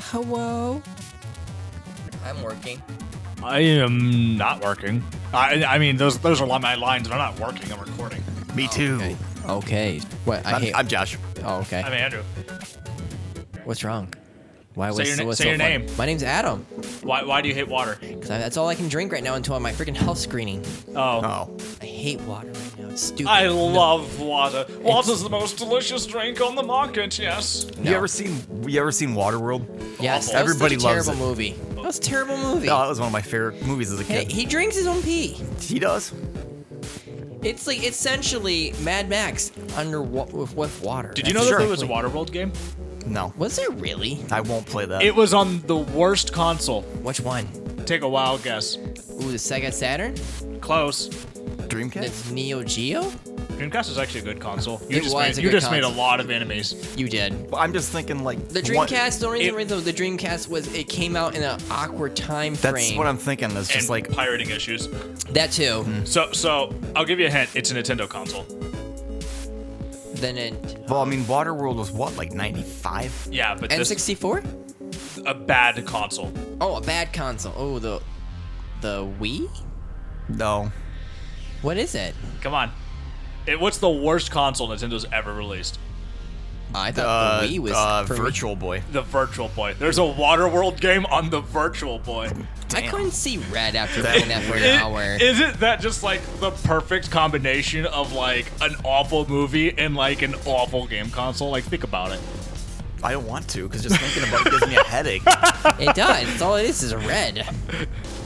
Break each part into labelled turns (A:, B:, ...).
A: Hello?
B: I'm working.
C: I am not working. I, I mean, those those are li- my lines, but I'm not working. I'm recording.
D: Me too.
A: Okay. What? I
D: I'm,
A: hate.
D: I'm Josh.
A: oh, okay.
C: I'm Andrew.
A: what's wrong?
C: Say
A: Why was
C: your na-
A: what's
C: say
A: so
C: your
A: funny?
C: name.
A: My name's Adam.
C: Why, why do you hate water?
A: 'Cause I, that's all I can drink right now until my freaking health screening.
C: Oh.
D: Oh,
A: I hate water right now. It's stupid.
C: I love water. Water's the most delicious drink on the market, yes.
A: No.
D: you ever seen you ever seen Waterworld?
A: Yes,
D: Awful.
A: that was
D: Everybody
A: such a
D: loves
A: terrible
D: it.
A: movie. That was a terrible movie.
D: No, Oh, that was one of my favorite movies as a
A: Hey,
D: kid.
A: he drinks his own pee.
D: He does.
A: It's like essentially Mad Max under wa- with, with water.
C: Did you know
A: That's
C: that there
A: exactly-
C: was a Waterworld game?
D: No,
A: Was there really?
D: I won't play that.
C: It was on the worst console.
A: Which one?
C: Take a wild guess.
A: Ooh, the Sega Saturn.
C: Close.
D: Dreamcast.
A: That's Neo Geo.
C: Dreamcast is actually a good console. You
A: It
C: just,
A: was
C: made,
A: a
C: you
A: good
C: just made a
A: console.
C: lot of enemies.
A: You did.
D: Well, I'm just thinking like
A: The
D: one-
A: Dreamcast. The only
C: it-
A: reason though the Dreamcast was it came out in an awkward time
D: that's
A: frame.
D: what I'm Hmm. thinking. It's just
C: and
D: like
C: pirating issues.
A: that too.
C: So, so I'll give you a hint. It's a Nintendo console.
A: Then it.
D: well, I mean, Waterworld was what like '95.
C: Yeah, but this is
A: N64.
C: a bad console.
A: Oh, a bad console. Oh, the the Wii.
D: No,
A: What is it?
C: Come on. It, what's the worst console Nintendo's ever released?
A: Oh, I thought
D: uh,
A: the Wii was
D: uh,
A: for me.
D: Virtual Boy.
C: The Virtual Boy. There's a Waterworld game on the Virtual Boy.
A: I
D: Damn.
A: couldn't see red after playing that for an
C: It-
A: hour.
C: Isn't that just like the perfect combination of like an awful movie and like an awful game console? Like, think about it.
D: I don't want to because just thinking about it gives me a headache.
A: It does. It's all it is is a red.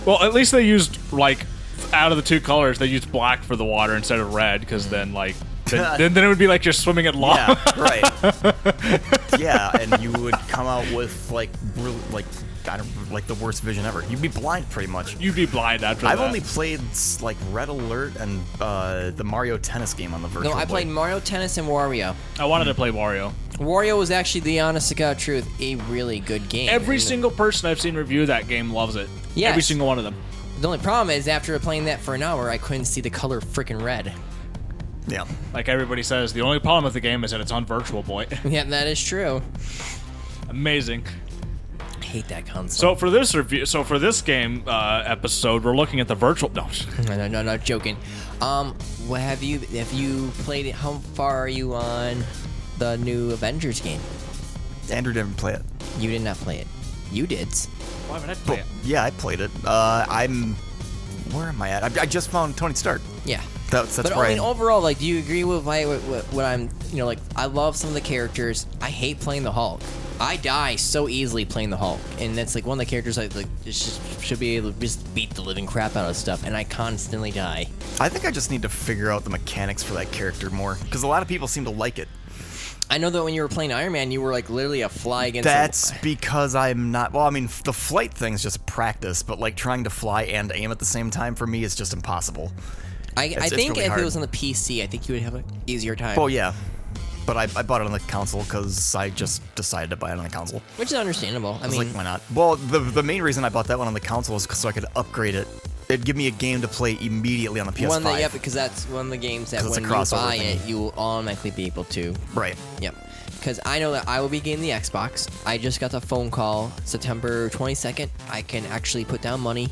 C: Well, at least they used like out of the two colors, they used black for the water instead of red because then like then, then, then it would be like you're swimming in lava.
D: Yeah, right. yeah, and you would come out with like really, like I don't like the worst vision ever. You'd be blind pretty much.
C: You'd be blind after
D: I've
C: that.
D: only played s- like Red Alert and uh, the Mario Tennis game on the Virtual
A: No, I
D: Boy.
A: played Mario Tennis and Wario.
C: I wanted to play Wario.
A: Wario was actually the honest to God truth, a really good game.
C: Every
A: It was-
C: single person I've seen review that game loves it.
A: Yes.
C: Every single one of them.
A: The only problem is after playing that for an hour, I couldn't see the color freaking red.
D: Yeah,
C: Like everybody says, the only problem with the game is that it's on Virtual Boy.
A: Yeah, that is true.
C: Amazing.
A: I hate that console.
C: So for this review, so for this game uh, episode, we're looking at the virtual. No,
A: no, no, no, not joking. Um, what have you? Have you played it? How far are you on the new Avengers game?
D: Andrew didn't play it.
A: You did not play it. You did.
C: why would I play
D: But,
C: it?
D: yeah, I played it. Uh, I'm. Where am I at? I, I just found Tony Stark.
A: Yeah.
D: That's that's
A: but
D: where
A: I mean,
D: I-
A: overall, like, do you agree with my, what, what, what I'm? You know, like, I love some of the characters. I hate playing the Hulk. I die so easily playing the Hulk, and that's like one of the characters I like just should be able to just beat the living crap out of stuff, and I constantly die.
D: I think I just need to figure out the mechanics for that character more because a lot of people seem to like it.
A: I know that when you were playing Iron Man, you were like literally a fly against. a-
D: That's because I'm not. Well, I mean, f- the flight thing's just practice, but like trying to fly and aim at the same time for me is just impossible.
A: I, I
D: it's
A: think
D: really
A: if
D: hard.
A: it was on the PC, I think you would have an easier time.
D: Oh yeah, but I, I bought it on the console because I just decided to buy it on the console.
A: Which is understandable. I
D: I was
A: mean,
D: like, why not? Well, the the main reason I bought that one on the console was 'cause so I could upgrade it. It'd give me a game to play immediately on the PS5.
A: one that yeah, because that's one of the games that
D: 'Cause it's a
A: when you
D: crossover
A: buy
D: thing.
A: it, you will automatically be able to.
D: right.
A: Yep. Because I know that I will be getting the Xbox. I just got the phone call September 22nd. I can actually put down money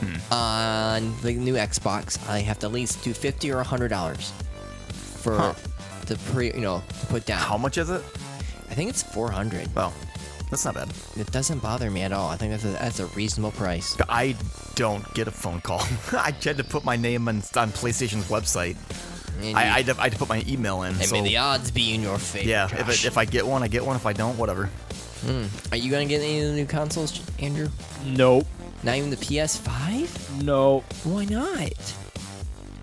D: Hmm.
A: on the new Xbox. I have to at least do 50 or 100 dollars for
D: Huh.
A: the pre, you know, to put down.
D: How much is it?
A: I think it's 400.
D: Well, that's not bad.
A: It doesn't bother me at all. I think that's a, that's a reasonable price.
D: I don't get a phone call. I had to put my name on, on PlayStation's website.
A: And
D: I,
A: you-
D: I, had to, I had to put my email in.
A: And
D: so,
A: may the odds be in your favor.
D: yeah, if,
A: Josh.
D: it, if I get one, I get one. If I don't, whatever.
A: Are you gonna get any of the new consoles, Andrew?
C: Nope.
A: Not even the PS5?
C: No.
A: Why not?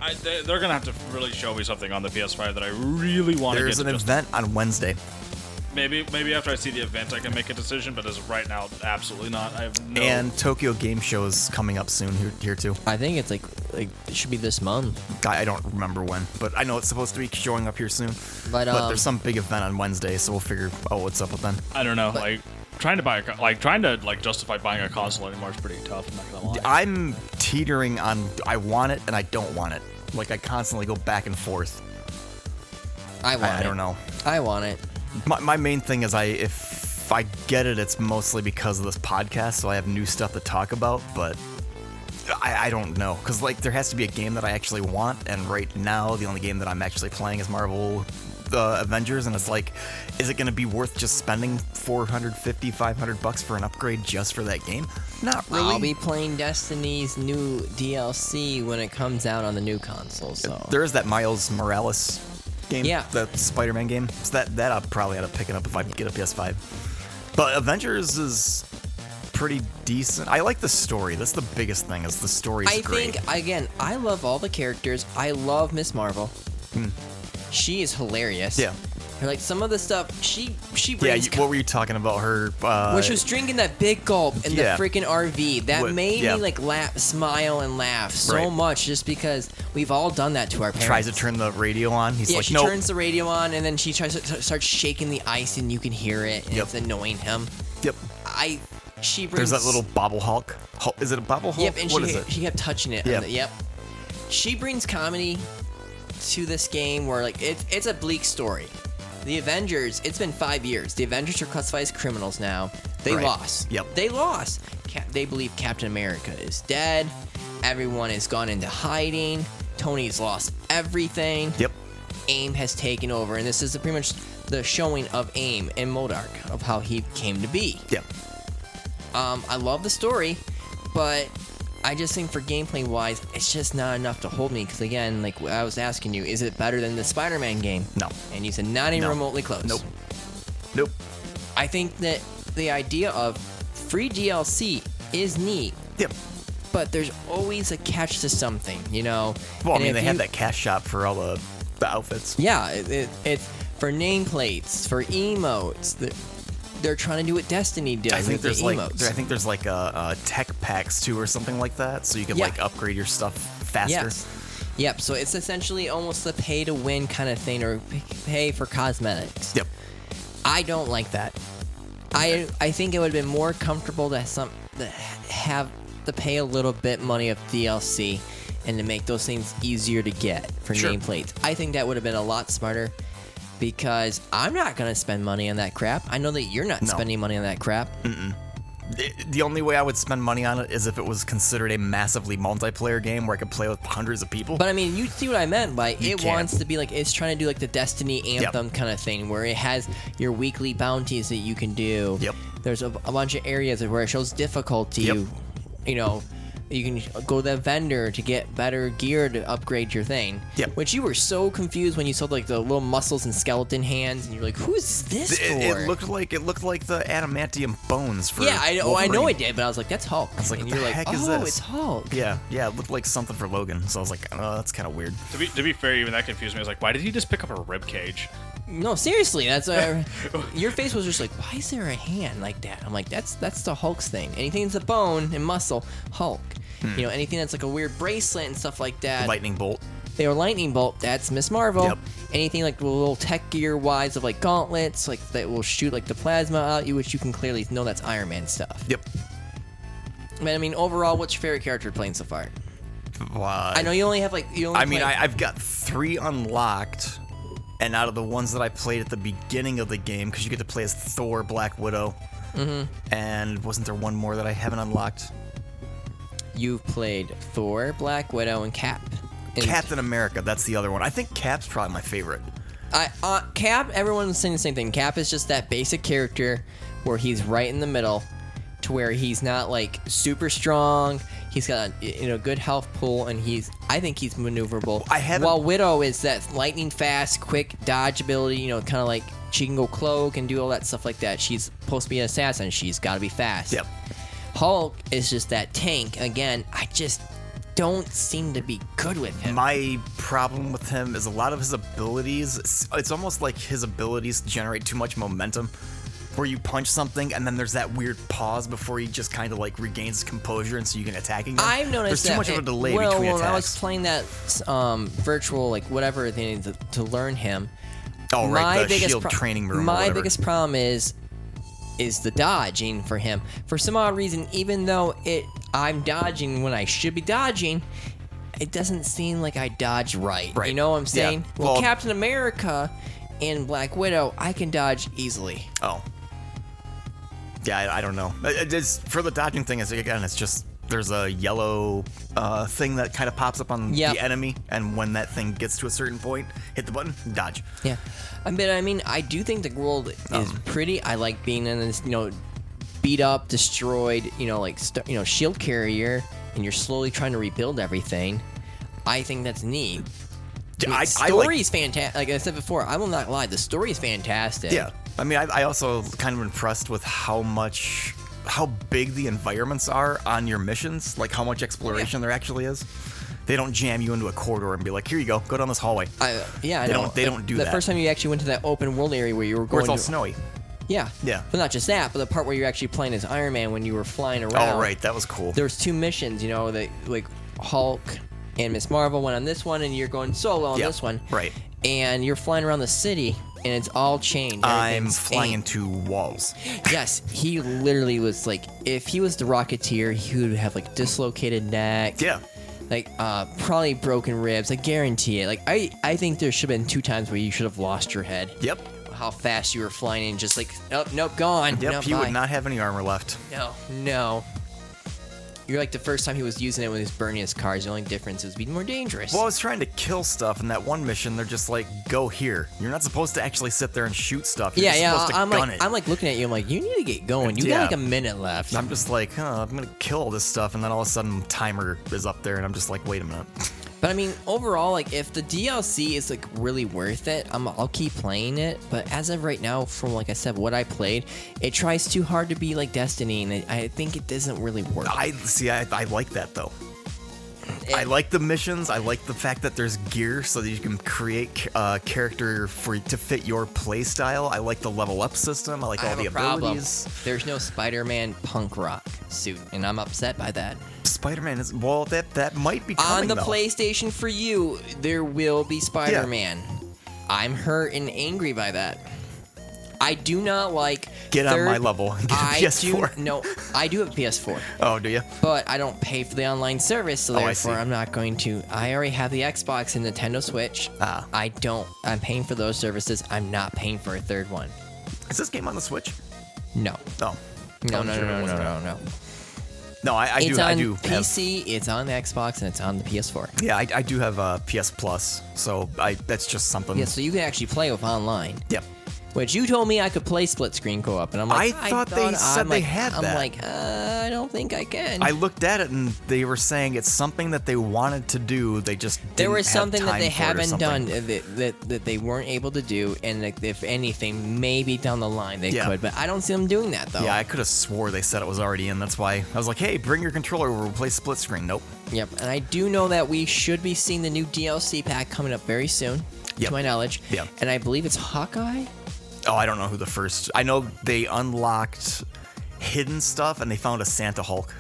C: I, they, they're gonna have to really show me something on the PS5 that I really want to get.
D: There's
C: to
D: an
C: just-
D: event on Wednesday.
C: Maybe maybe after I see the event, I can make a decision. But as of right now, absolutely not. I have no.
D: And Tokyo Game Show is coming up soon here, here too.
A: I think it's like like it should be this month.
D: I, I don't remember when, but I know it's supposed to be showing up here soon.
A: But, um,
D: there's some big event on Wednesday, so we'll figure out what's up with them.
C: I don't know. like trying to buy a co- like trying to like justify buying a console anymore is pretty tough. I'm not gonna lie.
D: I'm teetering on I want it and I don't want it. Like I constantly go back and forth.
A: I want
D: I, I
A: it.
D: don't know.
A: I want it.
D: My, my main thing is I if if I get it, it's mostly because of this podcast, so I have new stuff to talk about, but I, I don't know. Because, like, there has to be a game that I actually want, and right now, the only game that I'm actually playing is Marvel uh, Avengers, and it's like, is it going to be worth just spending 450, 500 bucks for an upgrade just for that game? Not really.
A: I'll be playing Destiny's new DLC when it comes out on the new console. So
D: There is that Miles Morales game,
A: Yeah.
D: that Spider-Man game. So that that I'll probably end up picking up if I get a PS5. But Avengers is pretty decent. I like the story. That's the biggest thing. Is the story's
A: I
D: great.
A: think again, I love all the characters. I love Miss Marvel. She is hilarious.
D: Hmm. Yeah.
A: And, like some of the stuff she she
D: yeah,
A: brings.
D: you, what were you talking about? Her. Uh,
A: when she was drinking that big gulp in
D: Yeah.
A: the freaking RV, that
D: What-
A: made
D: yeah.
A: me like laugh, smile, and laugh so
D: Right.
A: much just because we've all done that to our parents.
D: tries to turn the radio on. He's
A: yeah,
D: like,
A: she
D: no.
A: turns the radio on and then she tries to t- starts shaking the ice and you can hear it and
D: Yep.
A: it's annoying him.
D: Yep.
A: I she brings
D: There's that little bobble Hulk. Hulk- Is it a bobble Hulk?
A: Yep, and
D: What
A: she,
D: is it?
A: she kept touching it.
D: Yep.
A: Yep. yep. She brings comedy to this game where like it's it's a bleak story. The Avengers, it's been five years. The Avengers are classified as criminals now. They
D: Right.
A: lost.
D: Yep.
A: They lost. Cap- they believe Captain America is dead. Everyone has gone into hiding. Tony's lost everything.
D: Yep.
A: AIM has taken over, and this is pretty much the showing of AIM and Modark of how he came to be.
D: Yep.
A: Um, I love the story, but I just think for gameplay wise, it's just not enough to hold me. Because again, like I was asking you, is it better than the Spider-Man game?
D: No.
A: And you said not even
D: No.
A: remotely close.
D: Nope. Nope.
A: I think that the idea of free DLC is neat,
D: Yep.
A: but there's always a catch to something, you know.
D: Well,
A: And
D: I mean,
A: if
D: they
A: you-
D: had that cash shop for all the, the outfits.
A: Yeah, it, it, it's for nameplates, for emotes. They're, they're trying to do what Destiny did.
D: I think
A: with
D: there's
A: the
D: like
A: emotes.
D: there- I think there's like uh, uh, tech packs too or something like that, so you can
A: Yeah.
D: like upgrade your stuff faster.
A: Yes. Yep. So it's essentially almost the pay to win kind of thing, or p- pay for cosmetics.
D: Yep.
A: I don't like that. I I think it would have been more comfortable to some to have to pay a little bit money of DLC, and to make those things easier to get for
D: Sure.
A: nameplates. I think that would have been a lot smarter. Because I'm not gonna spend money on that crap. I know that you're not
D: No.
A: spending money on that crap.
D: The, the only way I would spend money on it is if it was considered a massively multiplayer game where I could play with hundreds of people.
A: But I mean, you see what I meant by
D: You
A: it
D: can't.
A: wants to be like it's trying to do like the Destiny
D: Yep.
A: Anthem kind of thing, where it has your weekly bounties that you can do.
D: Yep.
A: There's a, a bunch of areas where it shows difficulty.
D: Yep.
A: You, you know, you can go to the vendor to get better gear to upgrade your thing.
D: Yep.
A: Which you were so confused when you saw like the little muscles and skeleton hands, and you're like, "Who's this
D: it,
A: for?"
D: it looked like it looked like the adamantium bones for
A: yeah, I, oh, I know it
D: Wolverine.
A: did, but I was like, "That's Hulk."
D: was like,
A: and
D: "What
A: you're
D: the
A: like,
D: heck
A: "Oh,
D: is this?"
A: it's Hulk."
D: Yeah, yeah, it looked like something for Logan. So I was like, oh, that's kind of weird.
C: To be, to be fair, even that confused me. I was like, why did he just pick up a rib cage?
A: No, seriously, that's a, your face was just like, why is there a hand like that? I'm like, that's that's the Hulk's thing. Anything that's a bone and muscle, Hulk.
D: Hmm.
A: You know, anything that's like a weird bracelet and stuff like that.
D: Lightning bolt.
A: they were lightning bolt. That's Miss Marvel.
D: Yep.
A: Anything like the little tech gear wise of like gauntlets, like that will shoot like the plasma out you, which you can clearly know that's Iron Man stuff.
D: Yep.
A: But I mean, overall, what's your favorite character playing so far?
D: Wow.
A: I know you only have like you only.
D: I mean,
A: play-
D: I, I've got three unlocked, and out of the ones that I played at the beginning of the game, because you get to play as Thor, Black Widow,
A: Mm-hmm.
D: and wasn't there one more that I haven't unlocked?
A: you've played Thor, Black Widow, and Cap. And
D: Captain America, that's the other one. I think Cap's probably my favorite.
A: I uh, Cap. Everyone was saying the same thing. Cap is just that basic character where he's right in the middle, to where he's not like super strong. He's got a, you know good health pool, and he's I think he's maneuverable.
D: I haven't-
A: While Widow is that lightning fast, quick dodge ability. You know, kind of like she can go cloak and do all that stuff like that. She's supposed to be an assassin. She's got to be fast.
D: Yep.
A: Hulk is just that tank. Again, I just don't seem to be good with him.
D: My problem with him is a lot of his abilities, it's- it's almost like his abilities generate too much momentum. Where you punch something and then there's that weird pause before he just kind of like regains composure and so you can attack again.
A: I've
D: there's
A: noticed
D: too
A: that
D: much of a
A: it-
D: delay
A: well,
D: between
A: when
D: attacks.
A: I was playing that um, virtual, like whatever thing to, to learn him.
D: oh right,
A: my
D: the
A: biggest
D: shield
A: pro-
D: training room. or
A: My
D: whatever.
A: biggest problem is is the dodging for him. For some odd reason, even though it I'm dodging when I should be dodging, it doesn't seem like I dodge right. You
D: Right.
A: know what I'm
D: Yeah.
A: saying? Well,
D: Well-
A: Captain America and Black Widow, I can dodge easily.
D: Oh. yeah, I, I don't know. It- It's for the dodging thing. Is again, it's just there's a yellow uh, thing that kind of pops up on
A: Yep.
D: the enemy, and when that thing gets to a certain point, hit the button, dodge.
A: Yeah, I mean, I mean, I do think the world is
D: Oh.
A: pretty. I like being in this, you know, beat up, destroyed, you know, like st- you know, shield carrier, and you're slowly trying to rebuild everything. I think that's neat. I mean,
D: I, I
A: story
D: like
A: is fantastic. Like I said before, I will not lie. The story is fantastic.
D: Yeah, I mean, I, I also kind of impressed with how much, how big the environments are on your missions, like how much exploration there actually is. They don't jam you into a corridor and be like, "Here you go, go down this hallway."
A: I, yeah, I
D: They
A: know.
D: don't- they
A: The-
D: don't do
A: the
D: that.
A: first time you actually went to that open world area where you were
D: Where
A: going.
D: it's all
A: to-
D: snowy.
A: Yeah,
D: Yeah.
A: But not just that, but the part where you're actually playing as Iron Man when you were flying around.
D: Oh, right, that was cool.
A: there was two missions, you know, that like Hulk and Miss Marvel went on this one, and you're going solo on
D: Yeah,
A: this one,
D: right.
A: And you're flying around the city, and it's all chained.
D: I'm
A: everything's
D: flying
A: aimed.
D: into walls.
A: Yes, he literally was like, if he was the Rocketeer, he would have like dislocated neck.
D: Yeah.
A: Like uh, probably broken ribs. I guarantee it. Like I, I think there should have been two times where you should have lost your head.
D: Yep.
A: How fast you were flying and just like, nope, nope, gone.
D: Yep.
A: nope,
D: he
A: bye."
D: would not have any armor left.
A: No, no. You're like the first time he was using it when he was burning his cars. The only difference is being more dangerous.
D: Well, I was trying to kill stuff in that one mission. They're just like, "Go here." You're not supposed to actually sit there and shoot stuff. You're
A: yeah,
D: just
A: yeah.
D: Supposed to
A: I'm
D: gun
A: like,
D: it.
A: I'm like looking at you. I'm like, you need to get going. You
D: Yeah.
A: got like a minute left.
D: I'm just like, huh, I'm gonna kill all this stuff, and then all of a sudden, timer is up there, and I'm just like, wait a minute.
A: But I mean, overall, like if the DLC is like really worth it, I'm I'll keep playing it. But as of right now, from like I said, what I played, it tries too hard to be like Destiny, and it, I think it doesn't really work.
D: I see, I, I like that though. I like the missions. I like the fact that there's gear so that you can create uh, character for to fit your play style. I like the level up system. I like all
A: I have
D: the
A: a problem.
D: abilities.
A: There's no Spider-Man punk rock suit, and I'm upset by that.
D: Spider-Man is well. That that might be coming
A: on the
D: though.
A: PlayStation for you, there will be Spider Man. I'm hurt and angry by that. I do not like.
D: Get on
A: third-
D: my level and get a
A: I
D: PS4.
A: Do, no, I do have PS4,
D: Oh, do you?
A: but I don't pay for the online service, so
D: Oh, I
A: therefore
D: see.
A: I'm not going to. I already have the Xbox and Nintendo Switch.
D: Ah.
A: I don't. I'm paying for those services. I'm not paying for a third one.
D: Is this game on the Switch?
A: No.
D: No.
A: No,
D: I'm
A: no,
D: Oh, sure it
A: no, no, no,
D: wasn't.
A: no, no.
D: No, I, I
A: it's
D: do.
A: on
D: I do. have-
A: PC, it's on the Xbox, and it's on the PS4.
D: yeah, I, I do have uh, PS Plus, so I that's just something.
A: Yeah, so you can actually play with online.
D: Yep.
A: Which you told me I could play split screen co-op, and I'm like,
D: I thought they
A: I'm
D: said they
A: like-
D: had
A: I'm
D: that.
A: like, uh, I don't think I can.
D: I looked at it and they were saying it's something that they wanted to do. They just didn't
A: there was
D: have
A: something that
D: time
A: they
D: for it or
A: haven't
D: something.
A: done uh, that, that that they weren't able to do, and like, if anything, maybe down the line they
D: Yeah.
A: could. But I don't see them doing that though.
D: Yeah, I could have swore they said it was already in. That's why I was like, "Hey, bring your controller. We'll play split screen." Nope.
A: Yep. And I do know that we should be seeing the new DLC pack coming up very soon,
D: Yep.
A: to my knowledge.
D: Yep.
A: And I believe it's Hawkeye.
D: Oh, I don't know who the first. I know they unlocked hidden stuff and they found a Santa Hulk.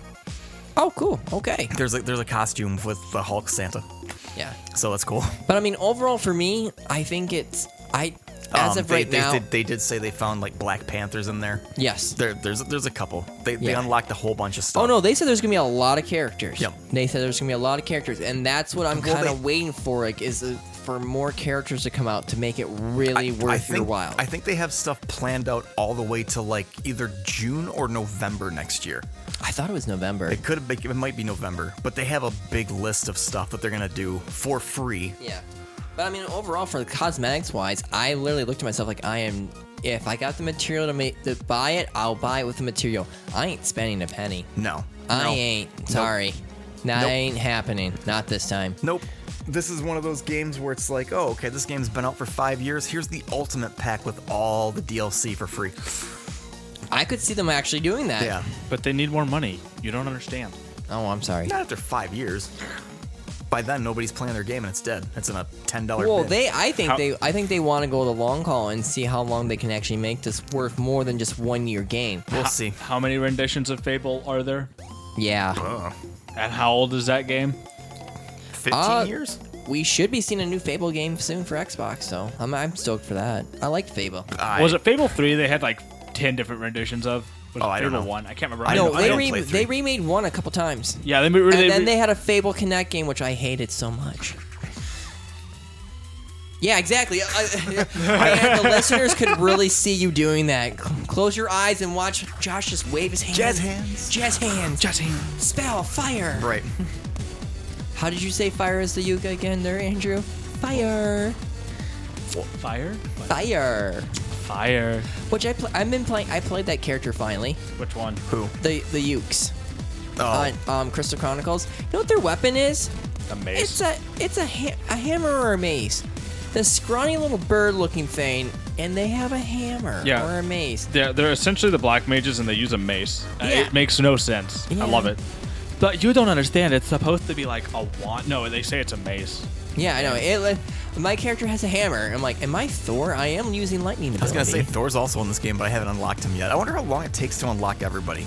A: Oh, cool. Okay.
D: There's a there's a costume with the Hulk Santa,
A: Yeah.
D: so that's cool.
A: But I mean, overall for me, I think it's I as
D: Um,
A: of
D: they,
A: right
D: they
A: now.
D: did, they did say they found like Black Panthers in there.
A: Yes.
D: There, there's there's a couple. They, they
A: Yeah.
D: unlocked a whole bunch of stuff.
A: Oh no, they said there's gonna be a lot of characters.
D: Yep.
A: They said there's gonna be a lot of characters, and that's what I'm
D: Well,
A: kind
D: they-
A: of waiting for. Like, is uh, for more characters to come out to make it really worth
D: think,
A: your while.
D: I think they have stuff planned out all the way to like either June or November next year.
A: I thought it was November.
D: It could have been, it might be November, but they have a big list of stuff that they're gonna do for free.
A: yeah. But I mean, overall, for the cosmetics wise, I literally looked at myself like I am. If I got the material to make to buy it, I'll buy it with the material. I ain't spending a penny.
D: No,
A: I
D: no,
A: ain't. Sorry. That
D: Nope.
A: ain't happening. Not this time.
D: Nope. This is one of those games where it's like, oh, okay, this game's been out for five years. Here's the ultimate pack with all the DLC for free.
A: I could see them actually doing that.
D: Yeah,
C: But they need more money. You don't understand.
A: Oh, I'm sorry.
D: not after five years. By then, nobody's playing their game and it's dead. It's in a ten dollar.
A: Well, they I think
C: How-
A: they I think they want to go the long haul and see how long they can actually make this worth more than just one year game.
D: We'll see.
C: How many renditions of Fable are there?
A: Yeah,
D: Uh,
C: And how old is that game?
D: Fifteen
A: Uh,
D: years.
A: we should be seeing a new Fable game soon for Xbox, so I'm I'm stoked for that. I like Fable.
D: I-
C: was it Fable 3 they had like 10 different renditions of? Was
D: Oh,
C: it
D: I don't
C: Fable
D: know.
C: 1? I can't remember.
D: I
A: no,
D: don't- I
A: they
D: don't
A: re-
D: play three.
A: they remade one a couple times.
C: Yeah, they, they,
A: And then they had a Fable Connect game, which I hated so much. Yeah, exactly. I, I- man, the listeners could really see you doing that. Cl- Close your eyes and watch Josh just wave his hand.
D: Jazz hands.
A: Jazz hands. Jazz hands. Spell fire.
D: Right.
A: How did you say fire is the yuga again, there, Andrew? Fire.
C: Fire?
A: Fire.
C: Fire.
A: Which I pl- I've been playing. I played that character finally.
C: Which one?
D: Who?
A: The the Ukes
D: Oh,
A: on um, Crystal Chronicles. You know what their weapon is?
C: A
A: It's a it's a ha- a hammer or a mace. This scrawny little bird-looking thing, and they have a hammer
C: Yeah.
A: or a mace.
C: They're, they're essentially the black mages and they use a mace. Uh,
A: Yeah.
C: It makes no sense.
A: Yeah.
C: I love it. But you don't understand. It's supposed to be like a wand. No, they say it's a mace.
A: Yeah, I know. It, li- my character has a hammer. I'm like, am I Thor? I am using lightning.
D: I was gonna say Thor's also in this game, but I haven't unlocked him yet. I wonder how long it takes to unlock everybody.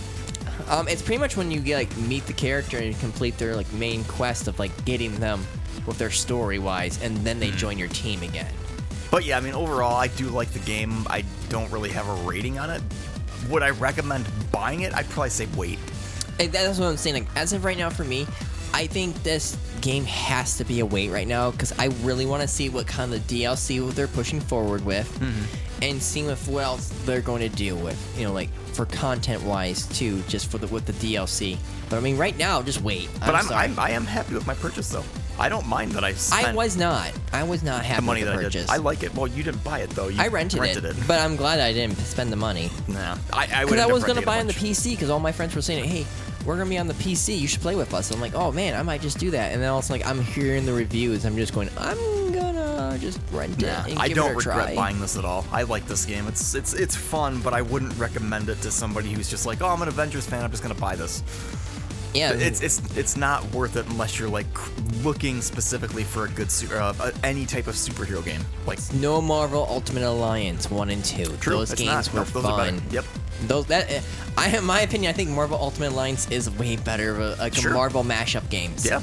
A: um, it's pretty much when you get, like meet the character and you complete their like main quest of like getting them with their story wise, and
D: Mm-hmm.
A: then they join your team again.
D: But yeah, I mean, overall, I do like the game. I don't really have a rating on it. Would I recommend buying it? I'd probably say wait.
A: And that's what I'm saying. Like as of right now, for me, I think this game has to be a wait right now because I really want to see what kind of DLC what they're pushing forward with,
D: Mm-hmm.
A: and seeing if what else they're going to deal with. You know, like for content wise too, just for the with the DLC. But I mean, right now, just wait.
D: But I'm,
A: sorry.
D: I'm, I am happy with my purchase though. I don't mind that I spent
A: I was not. I was not happy
D: the money
A: with
D: that
A: the
D: I
A: purchase.
D: did. I like it. Well, you didn't buy it though. You
A: I rented, it, but I'm glad I didn't spend the money.
D: nah, I, I would.
A: Because I was gonna buy on the PC because all my friends were saying, "Hey, we're gonna be on the PC. You should play with us." I'm like, "Oh man, I might just do that." And then also like I'm hearing the reviews. I'm just going, "I'm gonna just rent
D: Yeah,
A: it and
D: I
A: give
D: don't
A: it a
D: regret
A: try."
D: buying this at all. I like this game. It's it's it's fun, but I wouldn't recommend it to somebody who's just like, oh, I'm an Avengers fan. I'm just gonna buy this.
A: Yeah,
D: It's it's it's not worth it unless you're like looking specifically for a good su- uh, uh, any type of superhero game. Like
A: no Marvel Ultimate Alliance one and two.
D: true,
A: those
D: it's
A: games
D: not.
A: were
D: Nope, those are
A: fun.
D: better. Yep.
A: Those that eh, I in my opinion, I think Marvel Ultimate Alliance is way better of a, like
D: Sure.
A: a Marvel mashup games.
D: Yeah.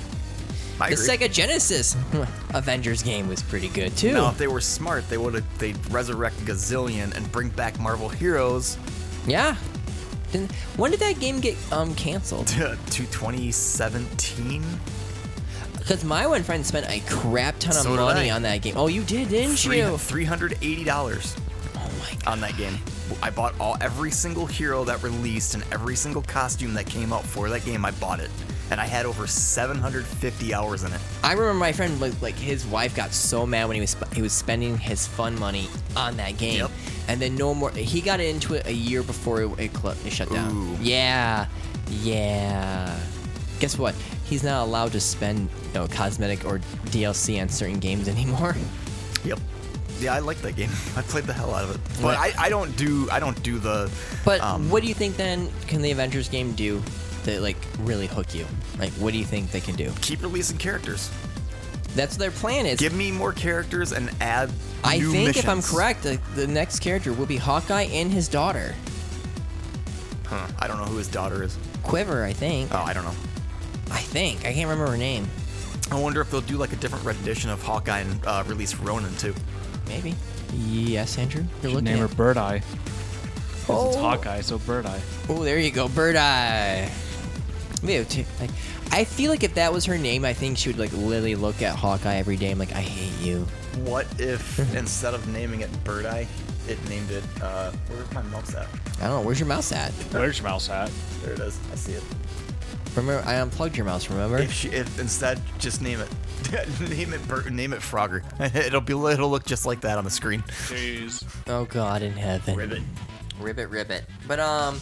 D: I
A: The
D: agree.
A: Sega Genesis Avengers game was pretty good too.
D: Now, if they were smart, they would have they would resurrect Gazillion and bring back Marvel Heroes
A: Yeah. Didn't- When did that game get um canceled?
D: to, to 2017.
A: Because my one friend spent a crap ton of
D: So did
A: money
D: I.
A: on that game. Oh, you did, didn't
D: Three-
A: you?
D: $380
A: Oh my god.
D: on that game. I bought all every single hero that released and every single costume that came out for that game. I bought it, and I had over 750 hours in it.
A: I remember my friend like, like his wife got so mad when he was sp- he was spending his fun money on that game,
D: Yep.
A: and then no more. He got into it a year before it, it, clo- it shut down.
D: Ooh.
A: Yeah, yeah. Guess what? He's not allowed to spend you know, cosmetic or DLC on certain games anymore.
D: Yep. Yeah, I like that game. I played the hell out of it. But I, I don't do I don't do the
A: But
D: um,
A: what do you think then? Can the Avengers game do to like really hook you? Like, what do you think they can do?
D: keep releasing characters.
A: That's what their plan is.
D: Give me more characters and add.
A: I
D: new
A: think if I'm
D: missions.
A: correct, the, the next character will be Hawkeye and his daughter,
D: Huh, I don't know who his daughter is.
A: Quiver. I think.
D: Oh, I don't know.
A: I think. I can't remember her name.
D: I wonder if they'll do like a different rendition of Hawkeye and uh, release Ronan too.
A: Maybe. Yes, Andrew. You're looking.
C: Name her
A: at-
C: Bird Eye. 'Cause It's
A: Oh.
C: Hawkeye, so Bird Eye.
A: Oh, there you go, Bird Eye. We have two- like, I feel like if that was her name, I think she would like literally look at Hawkeye every day. I'm like, I hate you.
D: What if
A: Mhm.
D: instead of naming it Birdeye, it named it? Uh, where's my mouse at?
A: I don't know. Where's your mouse at?
C: Where's your mouse at?
D: There it is. I see it.
A: Remember, I unplugged your mouse. Remember?
D: If, she, if instead just name it, name it Bir- name it Frogger. it'll be it'll look just like that on the screen.
C: Jeez.
A: Oh God in heaven. Ribbit, ribbit. But um,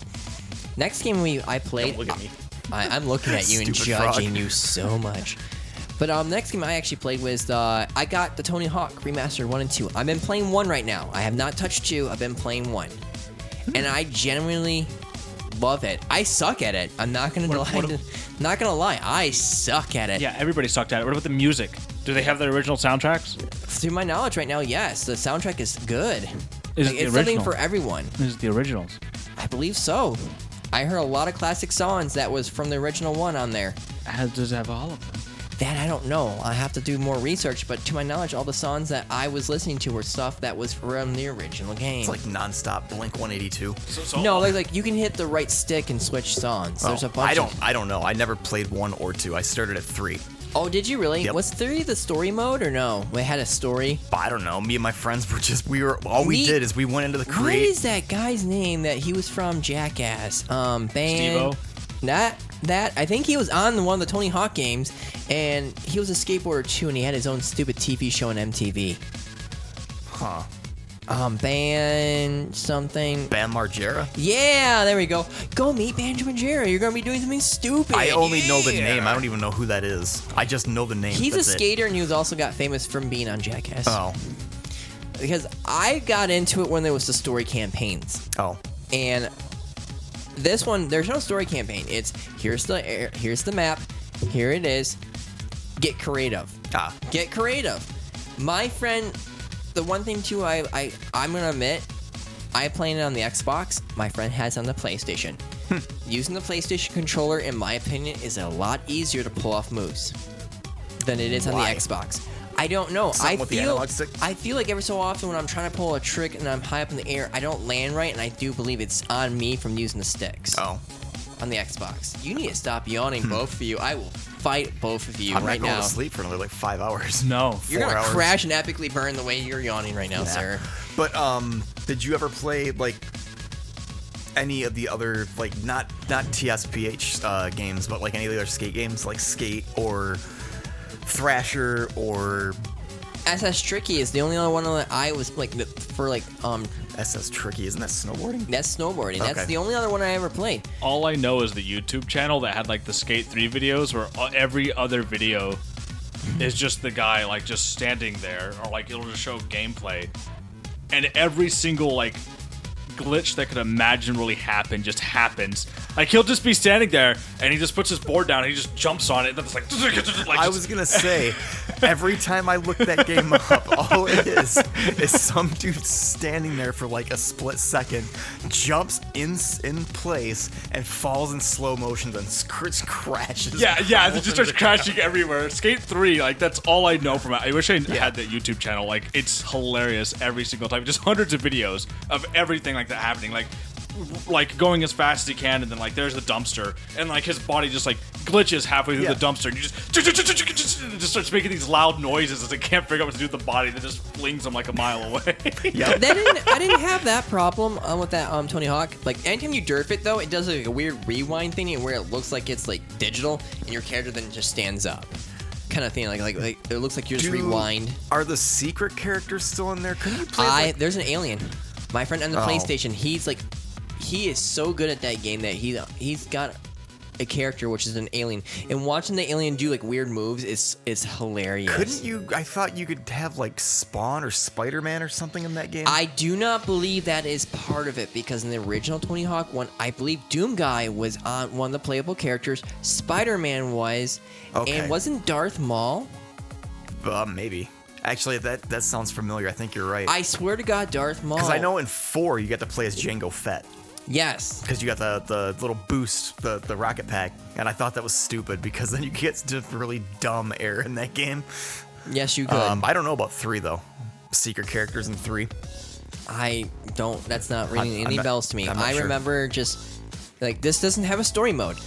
A: next game we I played.
D: Don't look at me.
A: I, I'm looking at you and
D: Stupid frog.
A: judging you so much. But um, next game I actually played was uh, I got the Tony Hawk Remastered One and Two. I've been playing one right now. I have not touched two. I've been playing one, and I genuinely love it. I suck at it. I'm not gonna
C: What-
A: lie.
C: what-
A: not gonna lie. I suck at it.
C: Yeah, everybody sucked at it. What about the music? Do they have the original soundtracks?
A: To my knowledge, right now, yes, the soundtrack is good.
C: Is it
A: Like,
C: the
A: it's something
C: original?
A: for everyone.
C: This is the originals.
A: I believe so. I heard a lot of classic songs that was from the original one on there.
C: How does it have all of them?
A: That I don't know. I have to do more research, but to my knowledge, all the songs that I was listening to were stuff that was from the original game.
D: It's like nonstop Blink 182.
A: no, like like you can hit the right stick and switch songs. There's
D: Oh,
A: a bunch.
D: I don't
A: Of,
D: I don't know. I never played one or two. I started at three.
A: Oh, did you really?
D: Yep.
A: Was three the story mode or no? It had a story.
D: But I don't know. Me and my friends were just we were all we
A: Me-
D: did is we went into the
A: What
D: create.
A: is that guy's name that he was from Jackass? Um, band.
C: Steve-O?
A: That that I think he was on the- one of the Tony Hawk games, and he was a skateboarder too, and he had his own stupid TV show on MTV.
D: Huh.
A: Um, band something.
D: Bam Margera.
A: Yeah, there we go. Go meet Benjamin Jerry. You're gonna be doing something stupid.
D: I only know the
A: Yeah.
D: name. I don't even know who that is. I just know the name.
A: He's
D: That's
A: a
D: it.
A: skater, and he was also got famous from being on Jackass.
D: Oh,
A: Because I got into it when there was the story campaigns.
D: oh,
A: and this one there's no story campaign it's here's the air- here's the map here it is get creative
D: ah,
A: get creative my friend the one thing too i, I i'm gonna admit i playing it on the xbox my friend has on the playstation
D: Hmm.
A: using the playstation controller in my opinion is a lot easier to pull off moves than it is
D: Why?
A: on the xbox I don't know.
D: Something
A: I
D: with the
A: feel
D: analog stick?
A: I feel like every so often when I'm trying to pull a trick and I'm high up in the air, I don't land right, and I do believe it's on me from using the sticks
D: oh. Hmm.
A: on the Xbox. You need to stop yawning, both of you. I will fight both of you
D: I'm
A: right
D: not going
A: now.
D: to sleep for another like five hours.
C: No.
A: You're
D: four
A: gonna
D: hours.
A: crash and epically burn the way you're yawning right now,
D: Nah.
A: sir.
D: But um, did you ever play like any of the other like not not TSPH uh, games, but like any of the other skate games, like Skate or Thrasher or
A: SS Tricky is the only other one that I was like the- for like um
D: SS Tricky? Isn't that snowboarding?
A: that's snowboarding.
D: Okay.
A: That's the only other one I ever played.
C: All I know is the YouTube channel that had like the Skate 3 videos where uh, every other video is just the guy like just standing there or like it'll just show gameplay. And every single like glitch that could imaginably happen just happens. Like he'll just be standing there and he just puts his board down and he just jumps on it and then it's like, like
D: I
C: just-
D: was gonna say, every time I look that game up, all it is is some dude standing there for like a split second, jumps in in place, and falls in slow motion, then scr- crashes.
C: Yeah, yeah, it just starts crashing everywhere. Skate 3, like, that's all I know from it. I wish I had that YouTube channel. Like, it's hilarious every single time. Just hundreds of videos of everything like that happening. Like, like going as fast as he can, and then like there's the dumpster, and like his body just like glitches halfway through
D: Yeah.
C: the dumpster, and you just just starts making these loud noises as they can't figure out what to do with the body. That just flings him like a mile away.
D: Yep.
A: That didn't I didn't have that problem um, with that um Tony Hawk. Like anytime you derp it though, it does like a weird rewind thingy where it looks like it's like digital and your character then just stands up. Kind of thing, like like, like it looks like you just
D: Do-
A: rewind.
D: Are the secret characters still in there? Can you play? as,
A: I
D: like-
A: there's an alien. My friend on the
D: Oh.
A: PlayStation, he's like, he is so good at that game that he he's got a character which is an alien, and watching the alien do like weird moves is is hilarious.
D: couldn't you? I thought you could have like Spawn or Spider Man or something in that game.
A: I do not believe that is part of it because in the original Tony Hawk one, I believe Doom Guy was on one of the playable characters. Spider Man was,
D: Okay.
A: and wasn't Darth Maul?
D: uh, maybe. Actually, that that sounds familiar. I think you're right.
A: I swear to God, Darth Maul.
D: Because I know in four you get to play as Django Fett.
A: Yes.
D: because you got the, the little boost, the, the rocket pack, and I thought that was stupid because then you get to really dumb air in that game.
A: Yes, you could.
D: Um, I don't know about three though. Secret characters in three.
A: I don't. That's not ringing
D: I'm- I'm
A: any
D: not-
A: bells to me.
D: I'm not
A: I
D: sure.
A: remember just like this doesn't have a story mode.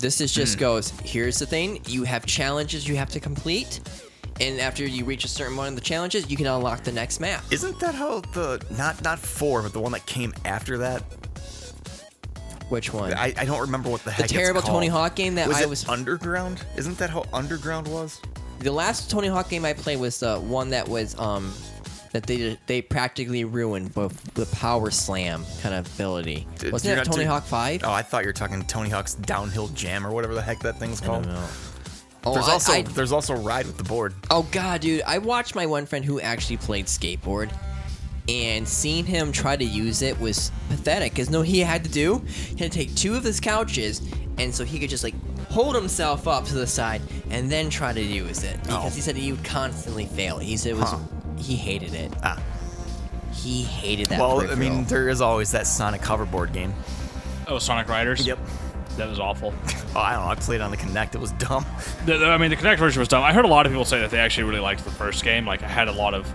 A: This is
D: Hmm.
A: just goes. Here's the thing: you have challenges you have to complete, and after you reach a certain one of the challenges, you can unlock the next map.
D: Isn't that how the not not four, but the one that came after that?
A: Which one?
D: I, I don't remember what the heck. it's
A: terrible Tony
D: called.
A: Hawk game that
D: was
A: I
D: it
A: was-
D: Underground. Isn't that how Underground was?
A: the last Tony Hawk game I played was the one that was um that they they practically ruined with the power slam kind of ability.
D: Did-
A: Wasn't
D: you're
A: that
D: not
A: Tony
D: doing-
A: Hawk Five?
D: Oh, I thought you were talking Tony Hawk's downhill jam or whatever the heck that thing's called.
A: Oh,
D: There's
A: I-
D: also
A: I-
D: there's also ride with the board.
A: Oh god, dude! I watched my one friend who actually played skateboard, and seeing him try to use it was pathetic. Cause no, he had to do he had to take two of his couches, and so he could just like hold himself up to the side and then try to use it because he said he would constantly fail. He said it was
D: Oh. Huh.
A: he hated it.
D: Ah.
A: He hated that.
D: Well, I
A: peripheral.
D: mean, there is always that Sonic hoverboard game.
C: oh, Sonic Riders. That was awful.
D: Oh, I don't know. I played on the Kinect. It was dumb.
C: The, the- I mean, the Connect version was dumb. I heard a lot of people say that they actually really liked the first game. Like, I had a lot of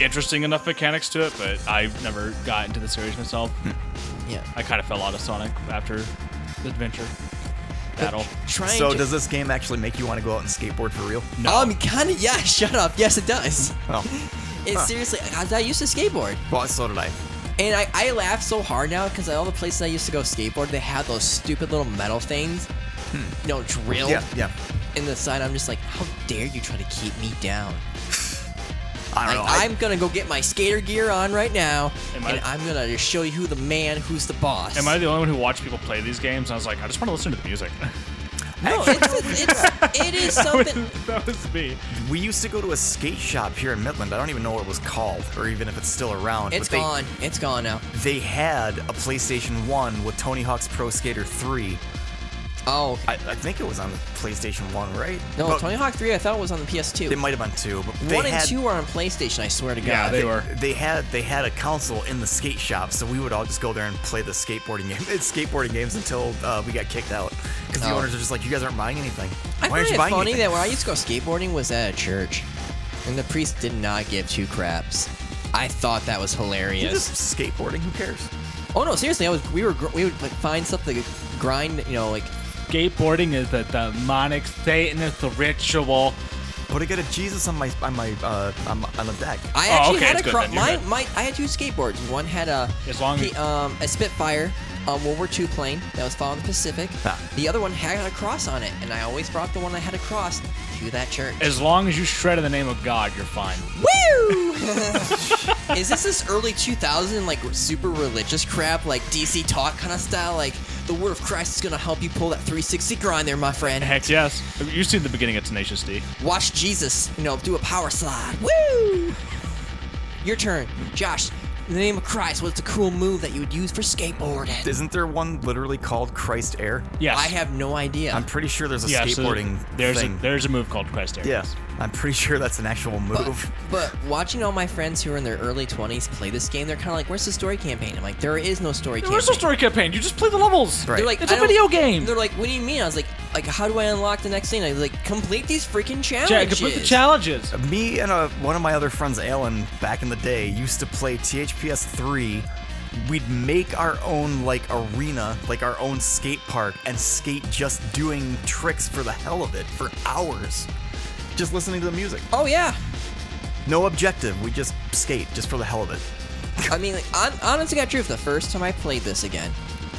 C: interesting enough mechanics to it, but I never got into the series myself.
A: yeah.
C: I kind of fell out of Sonic after the adventure. battle.
A: Trying
D: So
A: to,
D: does this game actually make you want to go out and skateboard for real?
A: Um, kind of. Yeah. Shut up. Yes, it does.
D: Oh,
A: It seriously. I, I used to skateboard,
D: well, so did I.
A: and I, I laugh so hard now because all the places I used to go skateboard, they had those stupid little metal things, you know, drilled
D: Hmm. Yeah, yeah.
A: in the side. I'm just like, how dare you try to keep me down?
D: I don't
A: Like,
D: know. I-
A: I'm gonna go get my skater gear on right now,
C: Am I-
A: and I, am gonna just show you who the man, who's the boss.
C: Am I the only one who watched people play these games? I was like, I just want to listen to the music.
A: No, it's, it's, it's it is something.
C: that was me.
D: We used to go to a skate shop here in Midland. I don't even know what it was called, or even if it's still around.
A: It's
D: but they,
A: gone. It's gone now.
D: They had a PlayStation 1 with Tony Hawk's Pro Skater 3.
A: Oh
D: I, I think it was on the PlayStation 1, right?
A: no,
D: But
A: Tony Hawk 3. I thought was on the PS2.
D: It might have been two, but they
A: One and
D: had,
A: two are on PlayStation. I swear to God.
C: Yeah, they were.
D: They had they had a console in the skate shop, so we would all just go there and play the skateboarding game. It's skateboarding games until uh, we got kicked out because the
A: Oh.
D: owners are just like, "You guys aren't buying anything. Why
A: I find
D: aren't you
A: it
D: buying
A: funny
D: anything?"
A: that when I used to go skateboarding was at a church, and the priest did not give two craps. I thought that was
D: You're
A: hilarious.
D: just skateboarding. Who cares?
A: Oh no, seriously, I was. We were. gr- We would like find something, to grind. You know, like
C: Skateboarding is a demonic Satanist ritual.
D: But I got a Jesus on my on my uh, on, my- on the deck.
A: I
C: Oh,
A: actually
C: okay,
A: had a
C: it's good
A: cro-
C: then, you're
A: my,
C: good.
A: my I had two skateboards. One had a
C: As long
A: P-
C: as-
A: um a Spitfire, um World War II plane that was following the Pacific.
D: Ah.
A: The other one had a cross on it, and I always brought the one that had a cross to that church.
C: As long as you shred in the name of God, you're fine.
A: Woo! Is this this early 2000 like super religious crap, like DC talk kind of style? Like the word of Christ is gonna help you pull that 360 grind there, my friend.
C: Heck yes. You've seen the beginning of Tenacious D.
A: Watch Jesus, you know, do a power slide. Woo! Your turn, Josh. In the name of Christ, what's a cool move that you would use for skateboarding?
D: Isn't there one literally called Christ Air?
C: Yes.
A: I have no idea.
D: I'm pretty sure there's a
C: Yes,
D: skateboarding
C: there's
D: thing.
C: a there's a move called Crest Air.
D: yeah, I'm pretty sure that's an actual move.
A: But watching all my friends who are in their early 20s play this game, they're kind of like, "Where's the story campaign?" I'm like, "There is no story campaign."
C: There's no story campaign. You just play the levels.
D: Right.
A: They're like,
C: It's
A: a
C: a video game.
A: They're like, what do you mean? I was like, like, how do I unlock the next thing? I was like, complete these freaking challenges.
C: Jack, complete the challenges.
D: Me and uh one of my other friends, Alan, back in the day, used to play THPS 3. We'd make our own like arena, like our own skate park, and skate just doing tricks for the hell of it for hours, just listening to the music.
A: Oh yeah.
D: No objective. We just skate just for the hell of it.
A: I mean, like, on, honestly, got truth. The first time I played this again,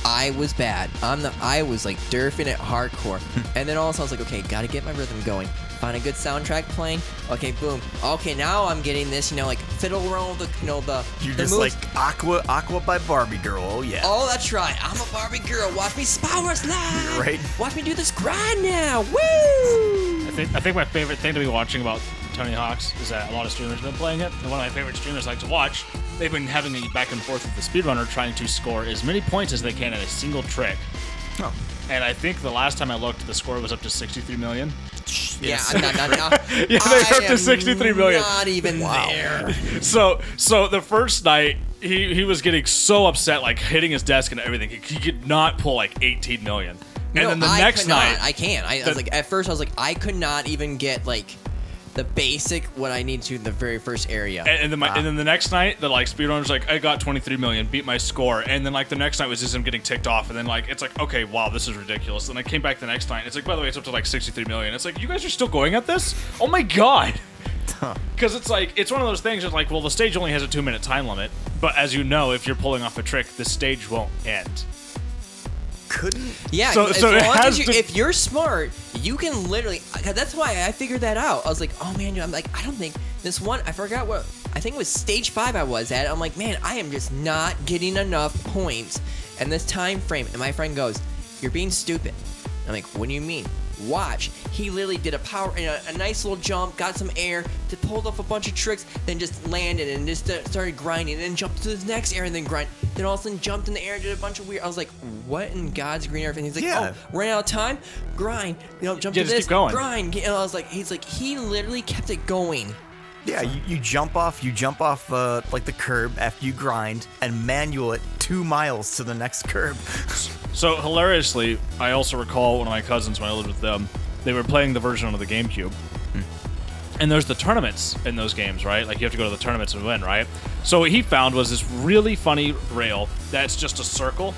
A: I was bad. I'm the, I was like derfing it hardcore, and then all of a sudden I was like, okay, gotta get my rhythm going. Find a good soundtrack playing. Okay, boom. Okay, now I'm getting this. You know, like fiddle roll the, you know the.
D: You're
A: the
D: just
A: moves.
D: like Aqua, Aqua by Barbie Girl. Oh yeah.
A: Oh, that's right. I'm a Barbie girl. Watch me power slide.
D: Right.
A: Watch me do this grind now. Woo!
C: I think, I think my favorite thing to be watching about Tony Hawk's is that a lot of streamers have been playing it. And one of my favorite streamers I like to watch, they've been having a back and forth with the speedrunner trying to score as many points as they can in a single trick.
D: Oh.
C: And I think the last time I looked, the score was up to 63 million.
A: Yeah,
D: Yes.
A: I'm not, not, not,
C: Yeah, they
A: I
C: upped to
A: am
C: 63 million.
A: Not even there.
C: So, so the first night, he, he was getting so upset, like hitting his desk and everything. He, he could not pull like 18 million. And
A: No,
C: then the
A: I
C: next
A: could not.
C: night,
A: I can't. I, I
C: the-
A: was like, at first, I was like, I could not even get like the basic what I need to in the very first area.
C: And, and then my, and then the next night, the like speedrunner's like, I got 23 million, beat my score. And then like the next night was just him getting ticked off. And then like it's like, okay, wow, this is ridiculous. And I came back the next night. And it's like, by the way, it's up to like 63 million. It's like, you guys are still going at this? Oh my god. Because it's like it's one of those things. It's like, well, the stage only has a two-minute time limit, but as you know, if you're pulling off a trick, the stage won't end.
D: Couldn't.
A: yeah,
C: so-
A: as
C: so it
A: long as
C: has
A: you,
C: to-
A: if you're smart, you can literally. 'cause That's why I figured that out. I was like, oh man, I'm like, I don't think this one. I forgot what. I think it was stage five I was at. I'm like, man, I am just not getting enough points in this time frame. And my friend goes, you're being stupid. I'm like, what do you mean? Watch. He literally did a power, a, a nice little jump, got some air, to pulled off a bunch of tricks, then just landed and just st- started grinding, and then jumped to the next area and then grind. Then all of a sudden jumped in the air, did a bunch of weird. I was like, what in God's green earth? And he's like,
D: Yeah.
A: oh, ran out of time, grind, you know, jump
C: Yeah,
A: to
C: just
A: this,
C: keep going.
A: grind. And I was like, he's like, he literally kept it going.
D: Yeah, you, you jump off, you jump off uh, like the curb after you grind and manual it two miles to the next curb.
C: So hilariously, I also recall one of my cousins when I lived with them, they were playing the version on the GameCube. And there's the tournaments in those games, right? Like you have to go to the tournaments and win, right? So what he found was this really funny rail that's just a circle,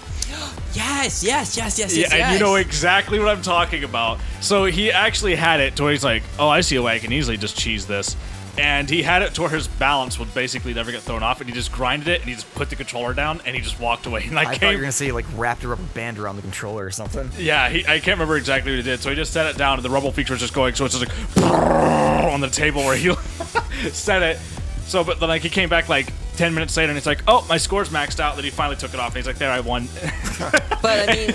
A: Yes, yes, yes, yes,
C: Yeah,
A: yes.
C: and you know
A: yes.
C: exactly what I'm talking about. So he actually had it to where he's like, "Oh, I see a way I can easily just cheese this," and he had it to where his balance would basically never get thrown off, and he just grinded it, and he just put the controller down, and he just walked away. And I,
D: I thought you
C: came,
D: were gonna say like wrapped a rubber band around the controller or something.
C: yeah, he, I can't remember exactly what he did. So he just set it down, and the rumble feature was just going, so it's just like on the table where he set it. So, but then like he came back like. 10 minutes later, and it's like, oh, my score's maxed out. Then he finally took it off, and he's like, there, I won.
A: But I mean,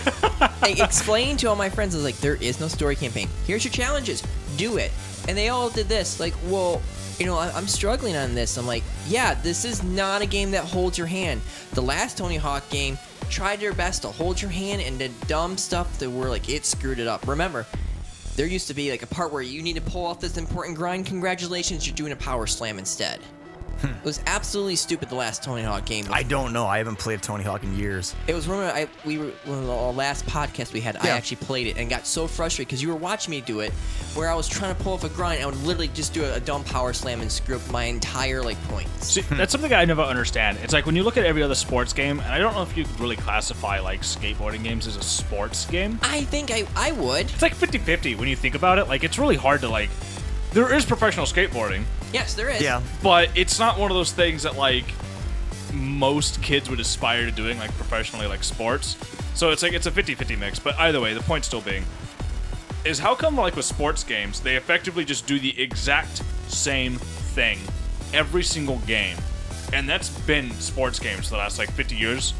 A: I explained to all my friends, I was like, there is no story campaign. Here's your challenges. Do it. And they all did this. Like, well, you know, I- I'm struggling on this. I'm like, yeah, this is not a game that holds your hand. The last Tony Hawk game tried their best to hold your hand and did dumb stuff that were like, it screwed it up. Remember, there used to be like a part where you need to pull off this important grind. Congratulations, you're doing a power slam instead. it was absolutely stupid the last Tony Hawk game.
D: I don't know. I haven't played Tony Hawk in years.
A: It was remember I we were one of the last podcast we had. I
D: Yeah.
A: actually played it and got so frustrated because you were watching me do it, where I was trying to pull off a grind and I would literally just do a, a dumb power slam and screw up my entire like points.
C: See, that's something I never understand. It's like when you look at every other sports game, and I don't know if you could really classify like skateboarding games as a sports game.
A: I think I I would
C: It's like 50-50 when you think about it. Like it's really hard to like there is professional skateboarding,
A: yes there is
D: Yeah.
C: but it's not one of those things that like most kids would aspire to doing like professionally like sports. So it's like it's a 50-50 mix, but either way, the point still being is how come like with sports games, they effectively just do the exact same thing every single game. And that's been sports games for the last like 50 years.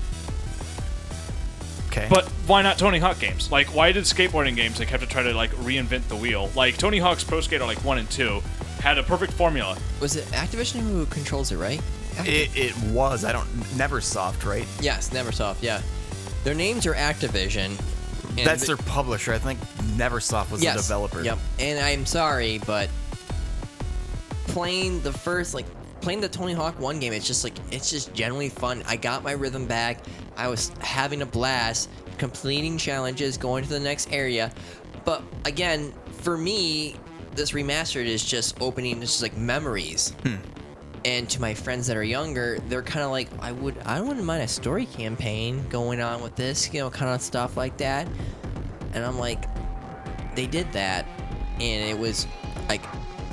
D: Okay.
C: But why not Tony Hawk games? Like, why did skateboarding games like have to try to like reinvent the wheel? Like Tony Hawk's Pro Skater like one and two had a perfect formula.
A: Was it Activision who controls it right?
D: it, it was. I don't. Neversoft, right?
A: Yes, NeverSoft. Yeah, their names are Activision. and
D: That's
A: the-
D: their publisher. I think Neversoft was the developer.
A: Yep. And I'm sorry, but playing the first like playing the Tony Hawk one game, it's just like it's just generally fun. I got my rhythm back. I was having a blast, completing challenges, going to the next area. But again, for me, this remastered is just opening it's just like memories. And to my friends that are younger, they're kind of like, I would, I wouldn't mind a story campaign going on with this, you know, kind of stuff like that. And I'm like, they did that and it was like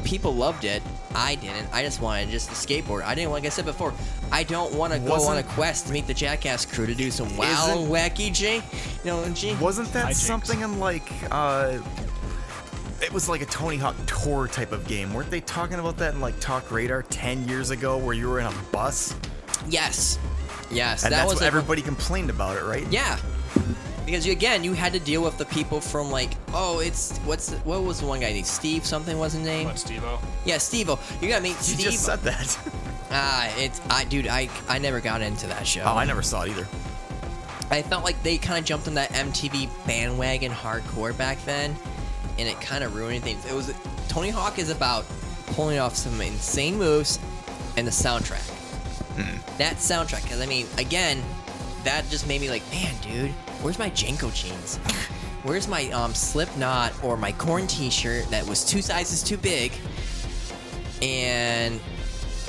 A: people loved it i didn't i just wanted just to skateboard i didn't like i said before i don't want to go on a
D: Wasn't-
A: quest to meet the jackass crew to do some wow
D: Isn't-
A: wacky jink you know jink
D: Wasn't that
C: Hijinks.
D: something in like uh it was like a Tony Hawk tour type of game. Weren't they talking about that in like Talk Radar 10 years ago where you were in a bus?
A: yes yes
D: And
A: that
D: that's
A: was
D: what
A: like,
D: everybody complained about it, right?
A: yeah because you, again you had to deal with the people from like oh it's what's what was the one guy named steve something was his name
C: What Steve-O?
A: yeah steve you gotta meet
D: You
A: steve
D: just said that.
A: ah it's i dude i i never got into that show
D: Oh, I never saw it either.
A: I felt like they kind of jumped on that MTV bandwagon hardcore back then, and it kind of ruined things. It was Tony Hawk is about pulling off some insane moves, and the soundtrack. That soundtrack, because I mean, again, that just made me like, man, dude, where's my Jenko jeans? Where's my um, Slipknot or my Corn T-shirt that was two sizes too big? And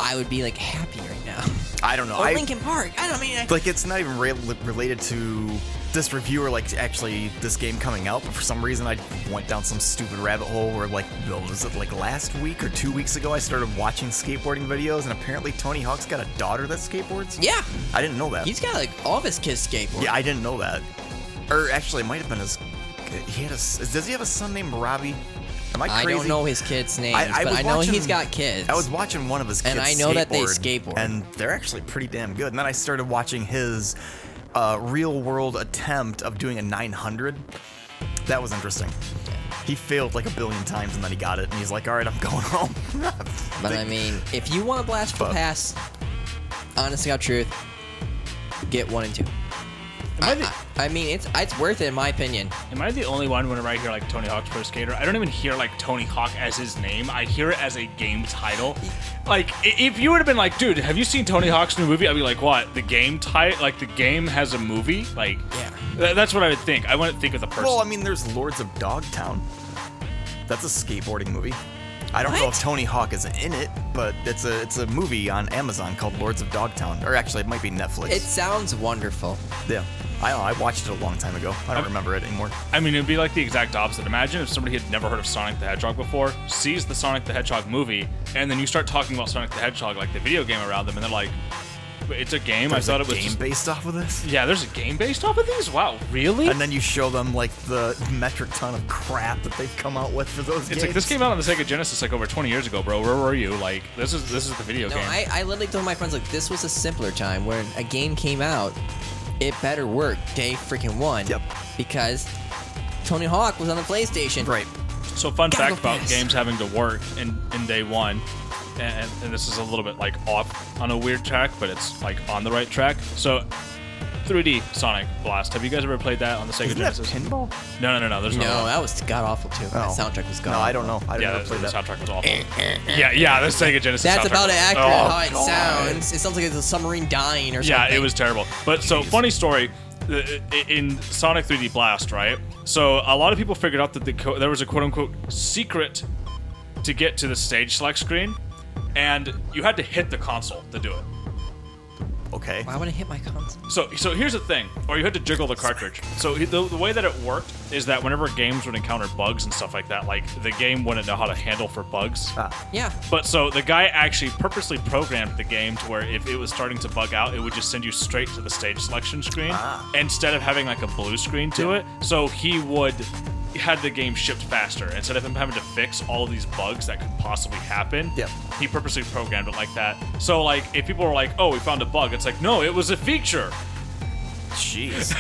A: I would be like happy right now.
D: I don't know.
A: Or
D: I,
A: Lincoln Park. I don't mean. I,
D: like it's not even re- related to this review or like actually this game coming out but for some reason i went down some stupid rabbit hole where like what was it like last week or two weeks ago i started watching skateboarding videos and apparently tony hawk's got a daughter that skateboards
A: yeah.
D: i didn't know that
A: He's got like all of his kids skateboard.
D: yeah i didn't know that or actually it might have been his he had a s- does he have a son named robbie am i
A: I
D: crazy
A: don't know his kids' names, but
D: was
A: I know
D: watching-
A: he's got kids.
D: I was watching one of his kids
A: And I know that they skateboard.
D: and they're actually pretty damn good. And then I started watching his uh, real world attempt of doing a 900. That was interesting. He failed like a billion times, and then he got it, and he's like, "All right, I'm going home."
A: but I mean, if you want to blast for
D: Fuck.
A: pass, honest to God truth, get one and two.
C: Am I, the,
A: I, I mean, it's it's worth it in my opinion.
C: am I the only one whenever I hear like Tony Hawk's Pro Skater? I don't even hear like Tony Hawk as his name. I hear it as a game title. Like i- if you would have been like, dude, have you seen Tony Hawk's new movie? I'd be like, what? The game title? Like the game has a movie? Like
A: Yeah.
C: th- that's what I would think. I wouldn't think of the person.
D: well, I mean, there's Lords of Dogtown. That's a skateboarding movie. I don't know if
A: What?
D: Tony Hawk is in it, but it's a it's a movie on Amazon called Lords of Dogtown, or actually, it might be Netflix.
A: It sounds wonderful.
D: yeah. I I watched it a long time ago. I don't remember it anymore.
C: I mean, it'd be like the exact opposite. Imagine if somebody had never heard of Sonic the Hedgehog before, sees the Sonic the Hedgehog movie, and then you start talking about Sonic the Hedgehog like the video game around them, and they're like, "Wait, "It's a game.
D: There's
C: I thought
D: a
C: it was."
D: game
C: just-
D: based off of this.
C: yeah, there's a game based off of these. Wow, really?
D: And then you show them like the metric ton of crap that they've come out with for those
C: it's
D: games.
C: like this came out on the Sega Genesis like over 20 years ago, bro. Where were you? Like, this is this is the video
A: No,
C: game.
A: I, I literally told my friends like this was a simpler time when a game came out, it better work day freaking one.
D: Yep.
A: Because Tony Hawk was on the PlayStation.
D: Right.
C: So, fun fact
A: Gotta go
C: about
A: fast.
C: games having to work in, in day one, and, and this is a little bit like off on a weird track, but it's like on the right track. So, 3D Sonic Blast. Have you guys ever played that on the Sega
D: Isn't that
C: Genesis?
D: pinball?
C: no, no, no, no. There's no.
A: No, that was god awful too. That
D: Oh.
A: soundtrack was god.
D: No, I don't know. I
C: yeah,
D: never
C: the,
D: played
C: the
D: that.
C: soundtrack was awful. yeah, yeah, the Sega Genesis.
A: That's
C: soundtrack
A: about
C: was-
A: it accurate
C: Oh,
A: how it
C: God.
A: sounds. It sounds like it's a submarine dying or something.
C: Yeah, it was terrible. But so funny story the- i- in Sonic 3D Blast, right? So a lot of people figured out that the co- there was a quote unquote secret to get to the stage select screen, and you had to hit the console to do it.
D: Okay.
A: Why would I hit my console?
C: So, so here's the thing, or you had to jiggle the cartridge. So he- the, the way that it worked is that whenever games would encounter bugs and stuff like that, like the game wouldn't know how to handle for bugs.
D: Ah,
A: Yeah.
C: But so the guy actually purposely programmed the game to where if it was starting to bug out, it would just send you straight to the stage selection screen
D: Ah.
C: instead of having like a blue screen to it. So he would he had the game shipped faster instead of him having to fix all these bugs that could possibly happen.
D: Yep.
C: He purposely programmed it like that. So like if people were like, "Oh, we found a bug," it's like, "No, it was a feature."
D: jeez.